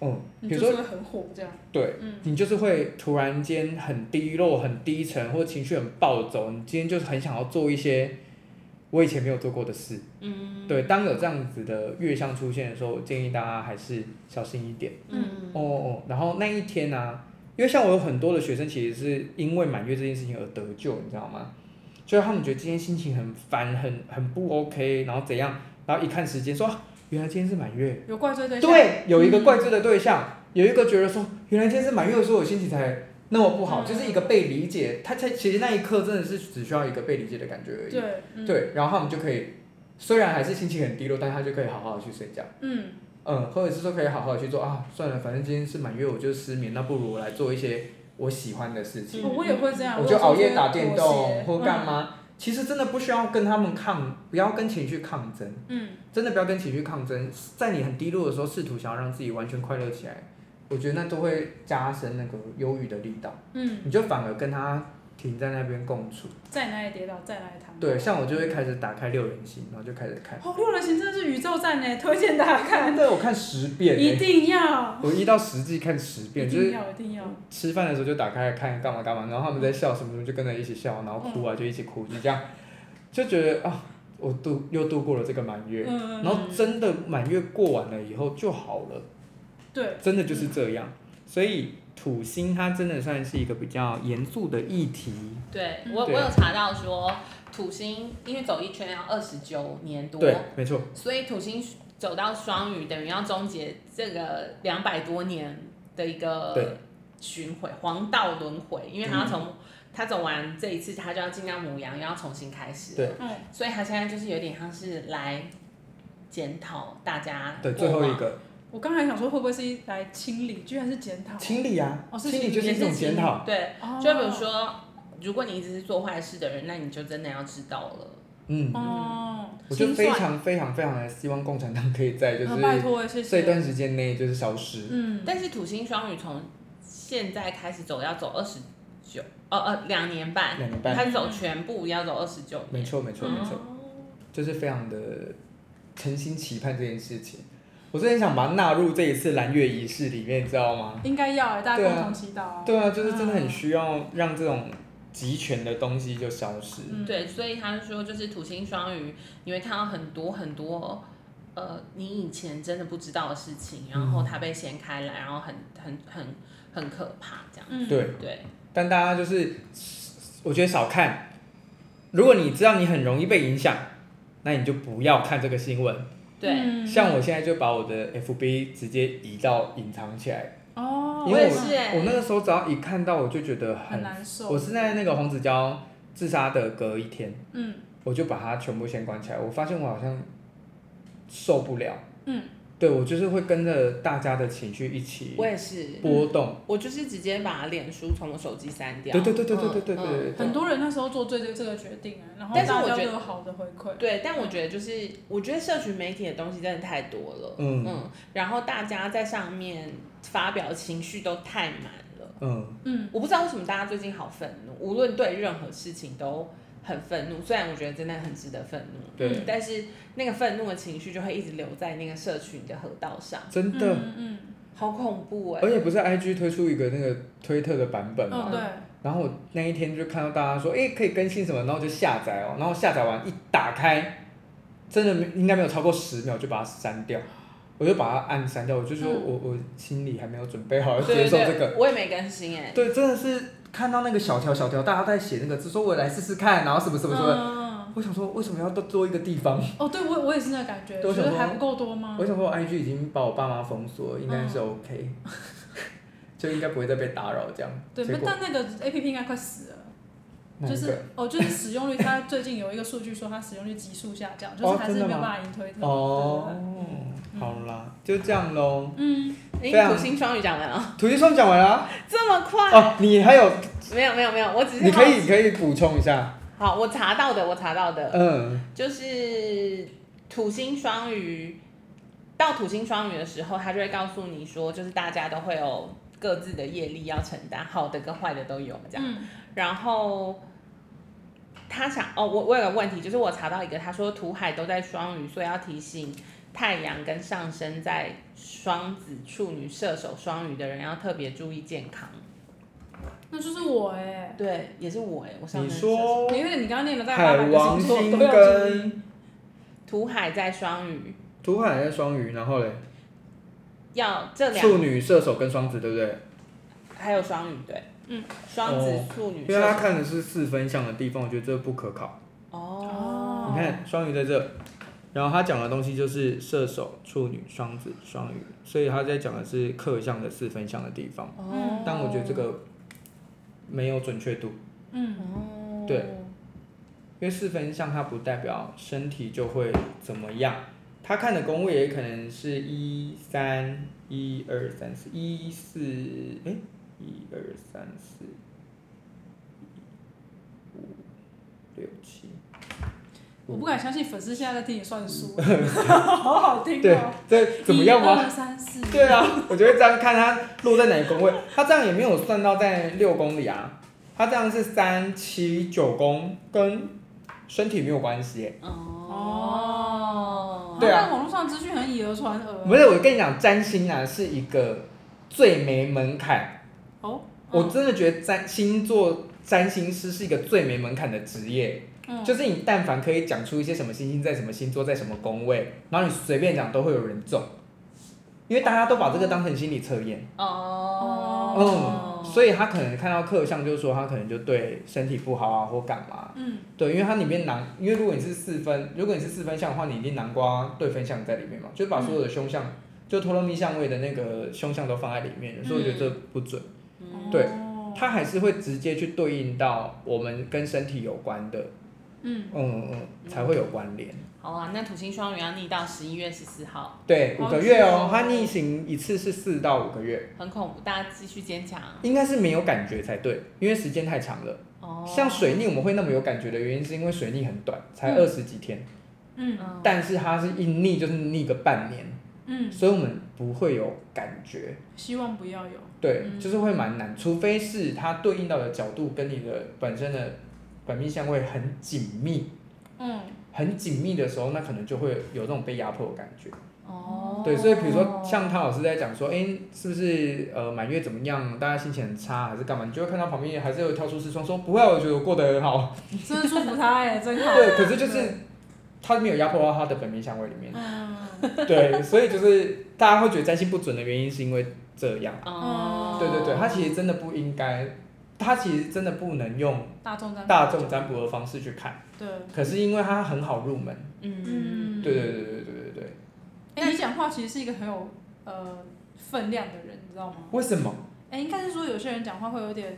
Speaker 2: 嗯，比
Speaker 3: 你
Speaker 2: 如
Speaker 3: 就
Speaker 2: 说
Speaker 3: 是会很火这样。
Speaker 2: 对，
Speaker 3: 嗯
Speaker 2: 你就是会突然间很低落、很低沉，或情绪很暴走。你今天就是很想要做一些我以前没有做过的事。
Speaker 1: 嗯，
Speaker 2: 对，当有这样子的月相出现的时候，我建议大家还是小心一点。
Speaker 1: 嗯，
Speaker 2: 哦哦，然后那一天呢、啊因为像我有很多的学生，其实是因为满月这件事情而得救，你知道吗？就是他们觉得今天心情很烦，很很不 OK，然后怎样，然后一看时间说，啊原来今天是满月，
Speaker 3: 有怪罪对嗯象。
Speaker 2: 对，有一个怪罪的对象，有一个觉得说，原来今天是满月，所以我心情才那么不好，
Speaker 3: 嗯
Speaker 2: 就是一个被理解，他才其实那一刻真的是只需要一个被理解的感觉而已。
Speaker 3: 对嗯
Speaker 2: 对，然后他们就可以，虽然还是心情很低落，但他就可以好好的去睡觉。
Speaker 3: 嗯
Speaker 2: 嗯，或者是说可以好好的去做啊，算了，反正今天是满月，我就失眠，那不如我来做一些我喜欢的事情，
Speaker 1: 嗯
Speaker 3: 我也会这样，
Speaker 2: 我
Speaker 3: 有
Speaker 2: 就
Speaker 3: 时候
Speaker 2: 熬夜
Speaker 3: 会
Speaker 2: 打电
Speaker 3: 妥
Speaker 2: 动
Speaker 3: 协嗯
Speaker 2: 或干？嘛。其实真的不需要跟他们抗，不要跟情绪抗争，
Speaker 3: 嗯，
Speaker 2: 真的不要跟情绪抗争。在你很低落的时候，试图想要让自己完全快乐起来，我觉得那都会加深那个忧郁的力道。
Speaker 3: 嗯，
Speaker 2: 你就反而跟他停在那边共处。
Speaker 3: 再哪里跌倒再来谈。
Speaker 2: 对，像我就会开始打开六人行，然后就开始看。
Speaker 3: 哦，六人行真的是宇宙站呢，推荐大家看，
Speaker 2: 真 的，我看十遍、
Speaker 3: 一
Speaker 2: 欸，
Speaker 3: 定要，
Speaker 2: 我一到十季看十
Speaker 3: 一
Speaker 2: 遍，就
Speaker 3: 定
Speaker 2: 是
Speaker 3: 要，一定要。
Speaker 2: 吃饭的时候就打开来看干嘛干嘛，然后他们在笑什么什么就跟着一起笑，然后哭啊就一起哭，就这
Speaker 3: 嗯
Speaker 2: 样，就觉得啊，我度又度过了这个满月，
Speaker 3: 嗯，
Speaker 2: 然后真的满月过完了以后就好了，
Speaker 3: 对，
Speaker 2: 真的就是这样，
Speaker 3: 嗯
Speaker 2: 所以土星它真的算是一个比较严肃的议题，
Speaker 1: 对
Speaker 3: 嗯
Speaker 1: 我
Speaker 2: 对
Speaker 1: 我有查到说，土星因为走一圈要二十九年多，
Speaker 2: 对，没错，
Speaker 1: 所以土星走到双鱼，等于要终结这个两百多年的一
Speaker 2: 对嗯
Speaker 1: 个巡回黄道轮回，因为他要从、他走完这一次，他就要进到母羊，又要重新开始。
Speaker 2: 对，
Speaker 3: 嗯，
Speaker 1: 所以他现在就是有点像是来检讨大家
Speaker 2: 对，
Speaker 1: 过
Speaker 2: 最
Speaker 1: 往
Speaker 2: 后一个
Speaker 3: 我刚才想说会不会是一来清理，居然是检讨。
Speaker 2: 清理啊，
Speaker 3: 哦是
Speaker 2: 清理
Speaker 3: 清理
Speaker 2: 就是一种检讨，
Speaker 1: 对，
Speaker 3: 哦
Speaker 1: 就比如，说，如果你一直是做坏事的人，那你就真的要知道了。
Speaker 2: 嗯，
Speaker 3: 哦，
Speaker 2: 我就
Speaker 1: 清
Speaker 2: 非
Speaker 1: 算
Speaker 2: 常非常非常的希望共产党可以在就
Speaker 3: 啊拜
Speaker 2: 是
Speaker 3: 托，谢谢。
Speaker 2: 这段时间内就是消失，
Speaker 3: 嗯，
Speaker 1: 但是土星双鱼从现在开始走，要走二十九，呃呃，两年半，
Speaker 2: 两年半，
Speaker 1: 他走全部要走二十九
Speaker 2: 没
Speaker 1: 年。
Speaker 2: 错没错没错。就是非常的诚心期盼这件事情。我真的很想把它纳入这一次蓝月仪式里面，你知道吗？
Speaker 3: 应该要哎，大家
Speaker 2: 对啊
Speaker 3: 共同祈祷啊。
Speaker 2: 对啊，就是真的很需要让这种集权的东西就消失。
Speaker 3: 嗯，
Speaker 1: 对，所以他说就是土星双鱼，你会看到很多很多，呃，你以前真的不知道的事情，然后它被掀开来，然后很很很很可怕这样。
Speaker 3: 嗯，
Speaker 2: 对，
Speaker 1: 对，
Speaker 2: 但大家就是，我觉得少看。如果你知道你很容易被影响，那你就不要看这个新闻。
Speaker 1: 对，
Speaker 3: 嗯
Speaker 2: 像我现在就把我的 FB 直接移到隐藏起来，
Speaker 3: 哦，
Speaker 2: 因为
Speaker 1: 我也是哎
Speaker 2: 我那个时候只要一看到，我就觉得很
Speaker 3: 很难受。
Speaker 2: 我是在那个黄子佼自杀的隔一天，
Speaker 3: 嗯
Speaker 2: 我就把它全部先关起来。我发现我好像受不了，
Speaker 3: 嗯，
Speaker 2: 对我就是会跟着大家的情绪一起
Speaker 1: 我也是，
Speaker 2: 波动。
Speaker 1: 我就是直接把脸书从我手机删掉。
Speaker 2: 对对对对对对对对
Speaker 1: 嗯嗯
Speaker 2: 对对
Speaker 3: 很多人那时候做对这这个决定啊，然后
Speaker 1: 但是
Speaker 3: 大
Speaker 1: 我
Speaker 3: 家都
Speaker 1: 觉得
Speaker 3: 有好的回馈。
Speaker 1: 对，但我觉得就是，我觉得社群媒体的东西真的太多了，
Speaker 2: 嗯
Speaker 1: 然后大家在上面发表情绪都太满了，
Speaker 2: 嗯，
Speaker 3: 嗯，
Speaker 1: 我不知道为什么大家最近好愤怒，无论对任何事情都很愤怒，虽然我觉得真的很值得愤怒，嗯
Speaker 2: 对，
Speaker 1: 但是那个愤怒的情绪就会一直留在那个社群的河道上，
Speaker 2: 真的。
Speaker 3: 嗯嗯
Speaker 1: 好恐怖哎、
Speaker 2: 而且不是 IG 推出一个那个推特的版本
Speaker 3: 嗯，
Speaker 2: 嘛，
Speaker 3: 哦对，
Speaker 2: 然后我那一天就看到大家说，哎、可以更新什么，然后就下载哦，然后下载完一打开，真的没应该没有超过十秒就把它删掉，我就把它按删掉，我就说
Speaker 3: 嗯
Speaker 2: 我、我心里还没有准备好要接
Speaker 1: 对
Speaker 2: 受
Speaker 1: 对
Speaker 2: 这个，
Speaker 1: 对，我也没更新 哎、
Speaker 2: 对，真的是看到那个小条小条，大家在写那个字，说我来试试看，然后什么什么什么。
Speaker 3: 嗯嗯
Speaker 2: 我想说，为什么要多做一个地方？
Speaker 3: 嗯哦，对我我也是那个感觉，
Speaker 2: 对我
Speaker 3: 觉
Speaker 2: 想
Speaker 3: 得
Speaker 2: 说
Speaker 3: 还不够多吗
Speaker 2: 我？想说我，IG 已经把我爸妈封锁了，应该是
Speaker 3: 嗯
Speaker 2: OK，、就应该不会再被打扰这样。
Speaker 3: 对，
Speaker 2: 结果
Speaker 3: 但那个 A P P 应该快死了。
Speaker 2: 那
Speaker 3: 就
Speaker 2: 一
Speaker 3: 是
Speaker 2: 个
Speaker 3: 哦，就是使用率，它最近有一个数据说它使用率急速下 降，就是
Speaker 2: 哦
Speaker 3: 还是
Speaker 2: 真的
Speaker 3: 没有
Speaker 2: 吗
Speaker 3: 办法赢推特。
Speaker 2: 哦
Speaker 3: 对，
Speaker 2: 好啦，就这样喽。
Speaker 3: 嗯，
Speaker 1: 诶
Speaker 2: 对啊
Speaker 1: 土星双鱼讲完了，
Speaker 2: 土地双讲完啦、
Speaker 1: 这么快？
Speaker 2: 哦，你还有，
Speaker 1: 没有没有没有，我只是
Speaker 2: 你可
Speaker 1: 好
Speaker 2: 以可以补充一下。
Speaker 1: 好，我查到的，我查到的，
Speaker 2: 嗯
Speaker 1: 就是土星双鱼，到土星双鱼的时候，他就会告诉你说，就是大家都会有各自的业力要承担，好的跟坏的都有这样。
Speaker 3: 嗯
Speaker 1: 然后他想，哦，我我有个问题，就是我查到一个，他说土海都在双鱼，所以要提醒太阳跟上升在双子、处女、射手、双鱼的人要特别注意健康。
Speaker 3: 那就是我哎、
Speaker 1: 对，也是我哎，我上
Speaker 2: 你
Speaker 1: 升射手
Speaker 2: 说
Speaker 3: 因为你刚刚念了大概
Speaker 2: 海
Speaker 3: 八百个
Speaker 2: 王
Speaker 3: 星座
Speaker 2: 星
Speaker 3: 都要注意
Speaker 2: 跟
Speaker 1: 土海在双鱼，
Speaker 2: 土海在双鱼，然后嘞，
Speaker 1: 要这两
Speaker 2: 处女、射手跟双子，对不对？
Speaker 1: 还有双鱼，对，
Speaker 3: 嗯，
Speaker 1: 双子
Speaker 2: 哦、
Speaker 1: 处女，
Speaker 2: 因为他
Speaker 1: 射手
Speaker 2: 看的是四分项的地方，我觉得这不可靠。
Speaker 1: 哦，
Speaker 2: 你看双鱼在这，然后他讲的东西就是射手、处女、双子、双鱼，所以他在讲的是克项的四分项的地方。
Speaker 1: 哦，
Speaker 2: 但我觉得这个没有准确度，
Speaker 3: 嗯，
Speaker 1: 哦，
Speaker 2: 对，因为四分项它不代表身体就会怎么样，他看的宫位也可能是一三一二三四一四哎一二三四五六七，
Speaker 3: 我不敢相信粉丝现在在听你 算数， 好好听
Speaker 2: 对
Speaker 3: 哦。，
Speaker 2: 这怎么样
Speaker 3: 一
Speaker 2: 吗？
Speaker 3: 二三四。
Speaker 2: 对啊，我就会这样看它落在哪个宫位，它这样也没有算到在六宫里啊，它这样是三七九宫，跟身体没有关系耶。
Speaker 3: 哦。
Speaker 2: 对啊
Speaker 3: 但网络上资讯很以讹传讹。
Speaker 2: 不是，我跟你讲，占星啊是一个最没门槛，
Speaker 3: 哦。
Speaker 2: 我真的觉得占星座占星师是一个最没门槛的职业。
Speaker 3: 嗯。
Speaker 2: 就是你但凡可以讲出一些什么星星在什么星座在什么宫位，然后你随便讲都会有人中，因为大家都把这个当成心理测验，
Speaker 1: 哦，
Speaker 2: 嗯所以他可能看到克相就说他可能就对身体不好啊或干嘛，
Speaker 3: 嗯。
Speaker 2: 对，因为它里面囊，因为如果你是四分，如果你是四分相的话，你一定南瓜对分相在里面嘛，就把所有的凶相，就托勒密相位的那个凶相都放在里面了，所以我觉得这不准，
Speaker 1: 嗯
Speaker 2: 对
Speaker 3: 哦
Speaker 2: 它还是会直接去对应到我们跟身体有关的，
Speaker 3: 嗯。
Speaker 2: 嗯嗯嗯，才会有关联。
Speaker 1: 好啊，那土星双鱼要逆到十一月十四号，
Speaker 2: 对，
Speaker 3: 好
Speaker 2: 五个月
Speaker 3: 久
Speaker 2: 哦
Speaker 3: 哦，
Speaker 2: 它逆行一次是四到五个月，
Speaker 1: 很恐怖，大家继续坚强
Speaker 2: 应该是没有感觉才对，因为时间太长了。
Speaker 1: 哦。
Speaker 2: 像水逆我们会那么有感觉的原因，是因为水逆很短，才
Speaker 3: 嗯
Speaker 2: 二十几天，
Speaker 3: 嗯
Speaker 1: 嗯，
Speaker 2: 但是它是一逆就是逆个半年，
Speaker 3: 嗯，
Speaker 2: 所以我们不会有感觉。
Speaker 3: 希望不要有。
Speaker 2: 对，
Speaker 3: 嗯
Speaker 2: 就是会蛮难，除非是它对应到的角度跟你的本身的本命相位很紧密。
Speaker 3: 嗯。
Speaker 2: 很紧密的时候，那可能就会有这种被压迫的感觉。
Speaker 1: 哦，
Speaker 2: 对，所以比如说像汤老师在讲说，哎、是不是呃满月怎么样？大家心情很差还是干嘛？你就会看到旁边还是有跳出视窗说不会啊，我觉得我过得很好。
Speaker 3: 真的祝福他哎， 真好。
Speaker 2: 对，可是就是他没有压迫到他的本命相位里 面。
Speaker 3: 嗯。
Speaker 2: 对，所以就是大家会觉得占星不准的原因是因为这样。
Speaker 1: 哦，
Speaker 2: 对对对，他其实真的不应该，他其实真的不能用
Speaker 3: 大众占卜
Speaker 2: 大众占卜的方式去看。
Speaker 3: 对。
Speaker 2: 可是因为它很好入门。
Speaker 1: 嗯，
Speaker 3: 嗯。
Speaker 2: 对对对对对对对。
Speaker 3: 哎、你讲话其实是一个很有呃分量的人，你知道吗？
Speaker 2: 为什么？
Speaker 3: 哎、应该是说有些人讲话会有点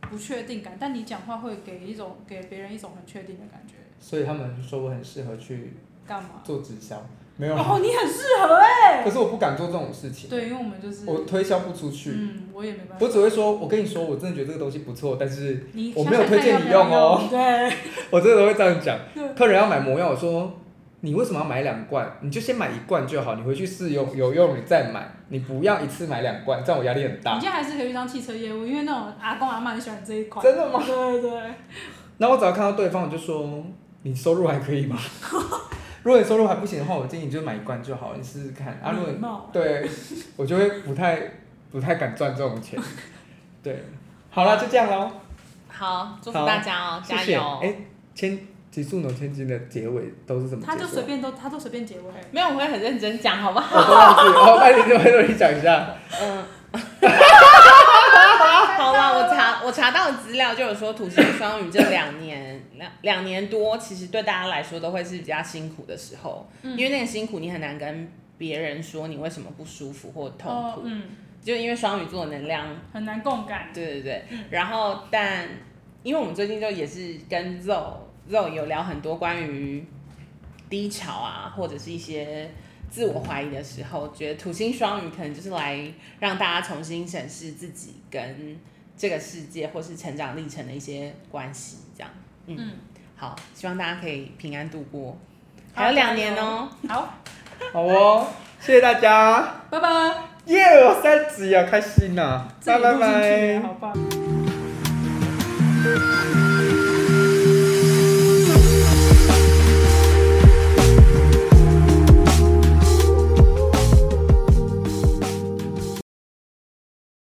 Speaker 3: 不确定感，但你讲话会给一种给别人一种很确定的感觉。
Speaker 2: 所以他们说我很适合去
Speaker 3: 干嘛？
Speaker 2: 做直销，没有。啊
Speaker 3: 哦，你很适合哎、
Speaker 2: 可是我不敢做这种事情，
Speaker 3: 对，因为我们就是
Speaker 2: 我推销不出去，
Speaker 3: 嗯，我也没办法
Speaker 2: 我。只会说，我跟你说，我真的觉得这个东西不错，但是
Speaker 3: 你
Speaker 2: 我
Speaker 3: 想
Speaker 2: 没有
Speaker 3: 想
Speaker 2: 推
Speaker 3: 看
Speaker 2: 荐
Speaker 3: 要
Speaker 2: 你
Speaker 3: 不要
Speaker 2: 用哦
Speaker 3: 用对，
Speaker 2: 我真的会这样讲
Speaker 3: 对。
Speaker 2: 客人要买魔药，我说你为什么要买两罐？你就先买一罐就好，你回去试用，有用你再买，你不要一次买两罐，这样我压力很
Speaker 3: 你
Speaker 2: 大。
Speaker 3: 现在还是可以去当汽车业务，因为那种阿公阿妈很喜欢这一款。
Speaker 2: 真的吗？
Speaker 3: 对对，
Speaker 2: 然后我只要看到对方，我就说你收入还可以吗？ 如哦果你收入还不行的话，我建议你就买一罐就好，你试试看。
Speaker 3: 嗯
Speaker 2: 啊，如果
Speaker 3: 礼貌。
Speaker 2: 对，我就会不太不太敢赚这种钱。对，好了，就这样喽，
Speaker 1: 好，祝福
Speaker 2: 好
Speaker 1: 大家哦，
Speaker 2: 谢
Speaker 1: 加
Speaker 2: 谢。
Speaker 1: 油
Speaker 2: 哎、。千极速农千金的结尾都是怎么结束啊？哎
Speaker 3: 他就随便都，他都随便结尾。
Speaker 1: 没有，我会很认真讲，好不好？
Speaker 2: 我都忘记。哦，那你就拜托你讲一下。
Speaker 1: 嗯， 好啦，我查我查到的资料就有说，土星双鱼这两年两两年多，其实对大家来说都会是比较辛苦的时候，因为那个辛苦你很难跟别人说你为什么不舒服或痛
Speaker 3: 哦
Speaker 1: 苦，，
Speaker 3: 嗯，
Speaker 1: 就因为双鱼座能量
Speaker 3: 很难共感。嗯
Speaker 1: 对对对，然后但因为我们最近就也是跟 Zo Zo 有聊很多关于低潮啊，或者是一些自我怀疑的时候，觉得土星双鱼可能就是来让大家重新审视自己跟这个世界或是成长历程的一些关系，这样。嗯，
Speaker 3: 嗯
Speaker 1: 好，希望大家可以平安度过，
Speaker 3: 好
Speaker 1: 还有两年哦、
Speaker 3: 好，
Speaker 2: 好哦，谢谢大家。
Speaker 3: 拜拜。
Speaker 2: 耶、我三级啊，开心呐、啊！
Speaker 3: 自己
Speaker 2: 拜拜
Speaker 3: 录进去，
Speaker 2: 拜。
Speaker 3: 好棒。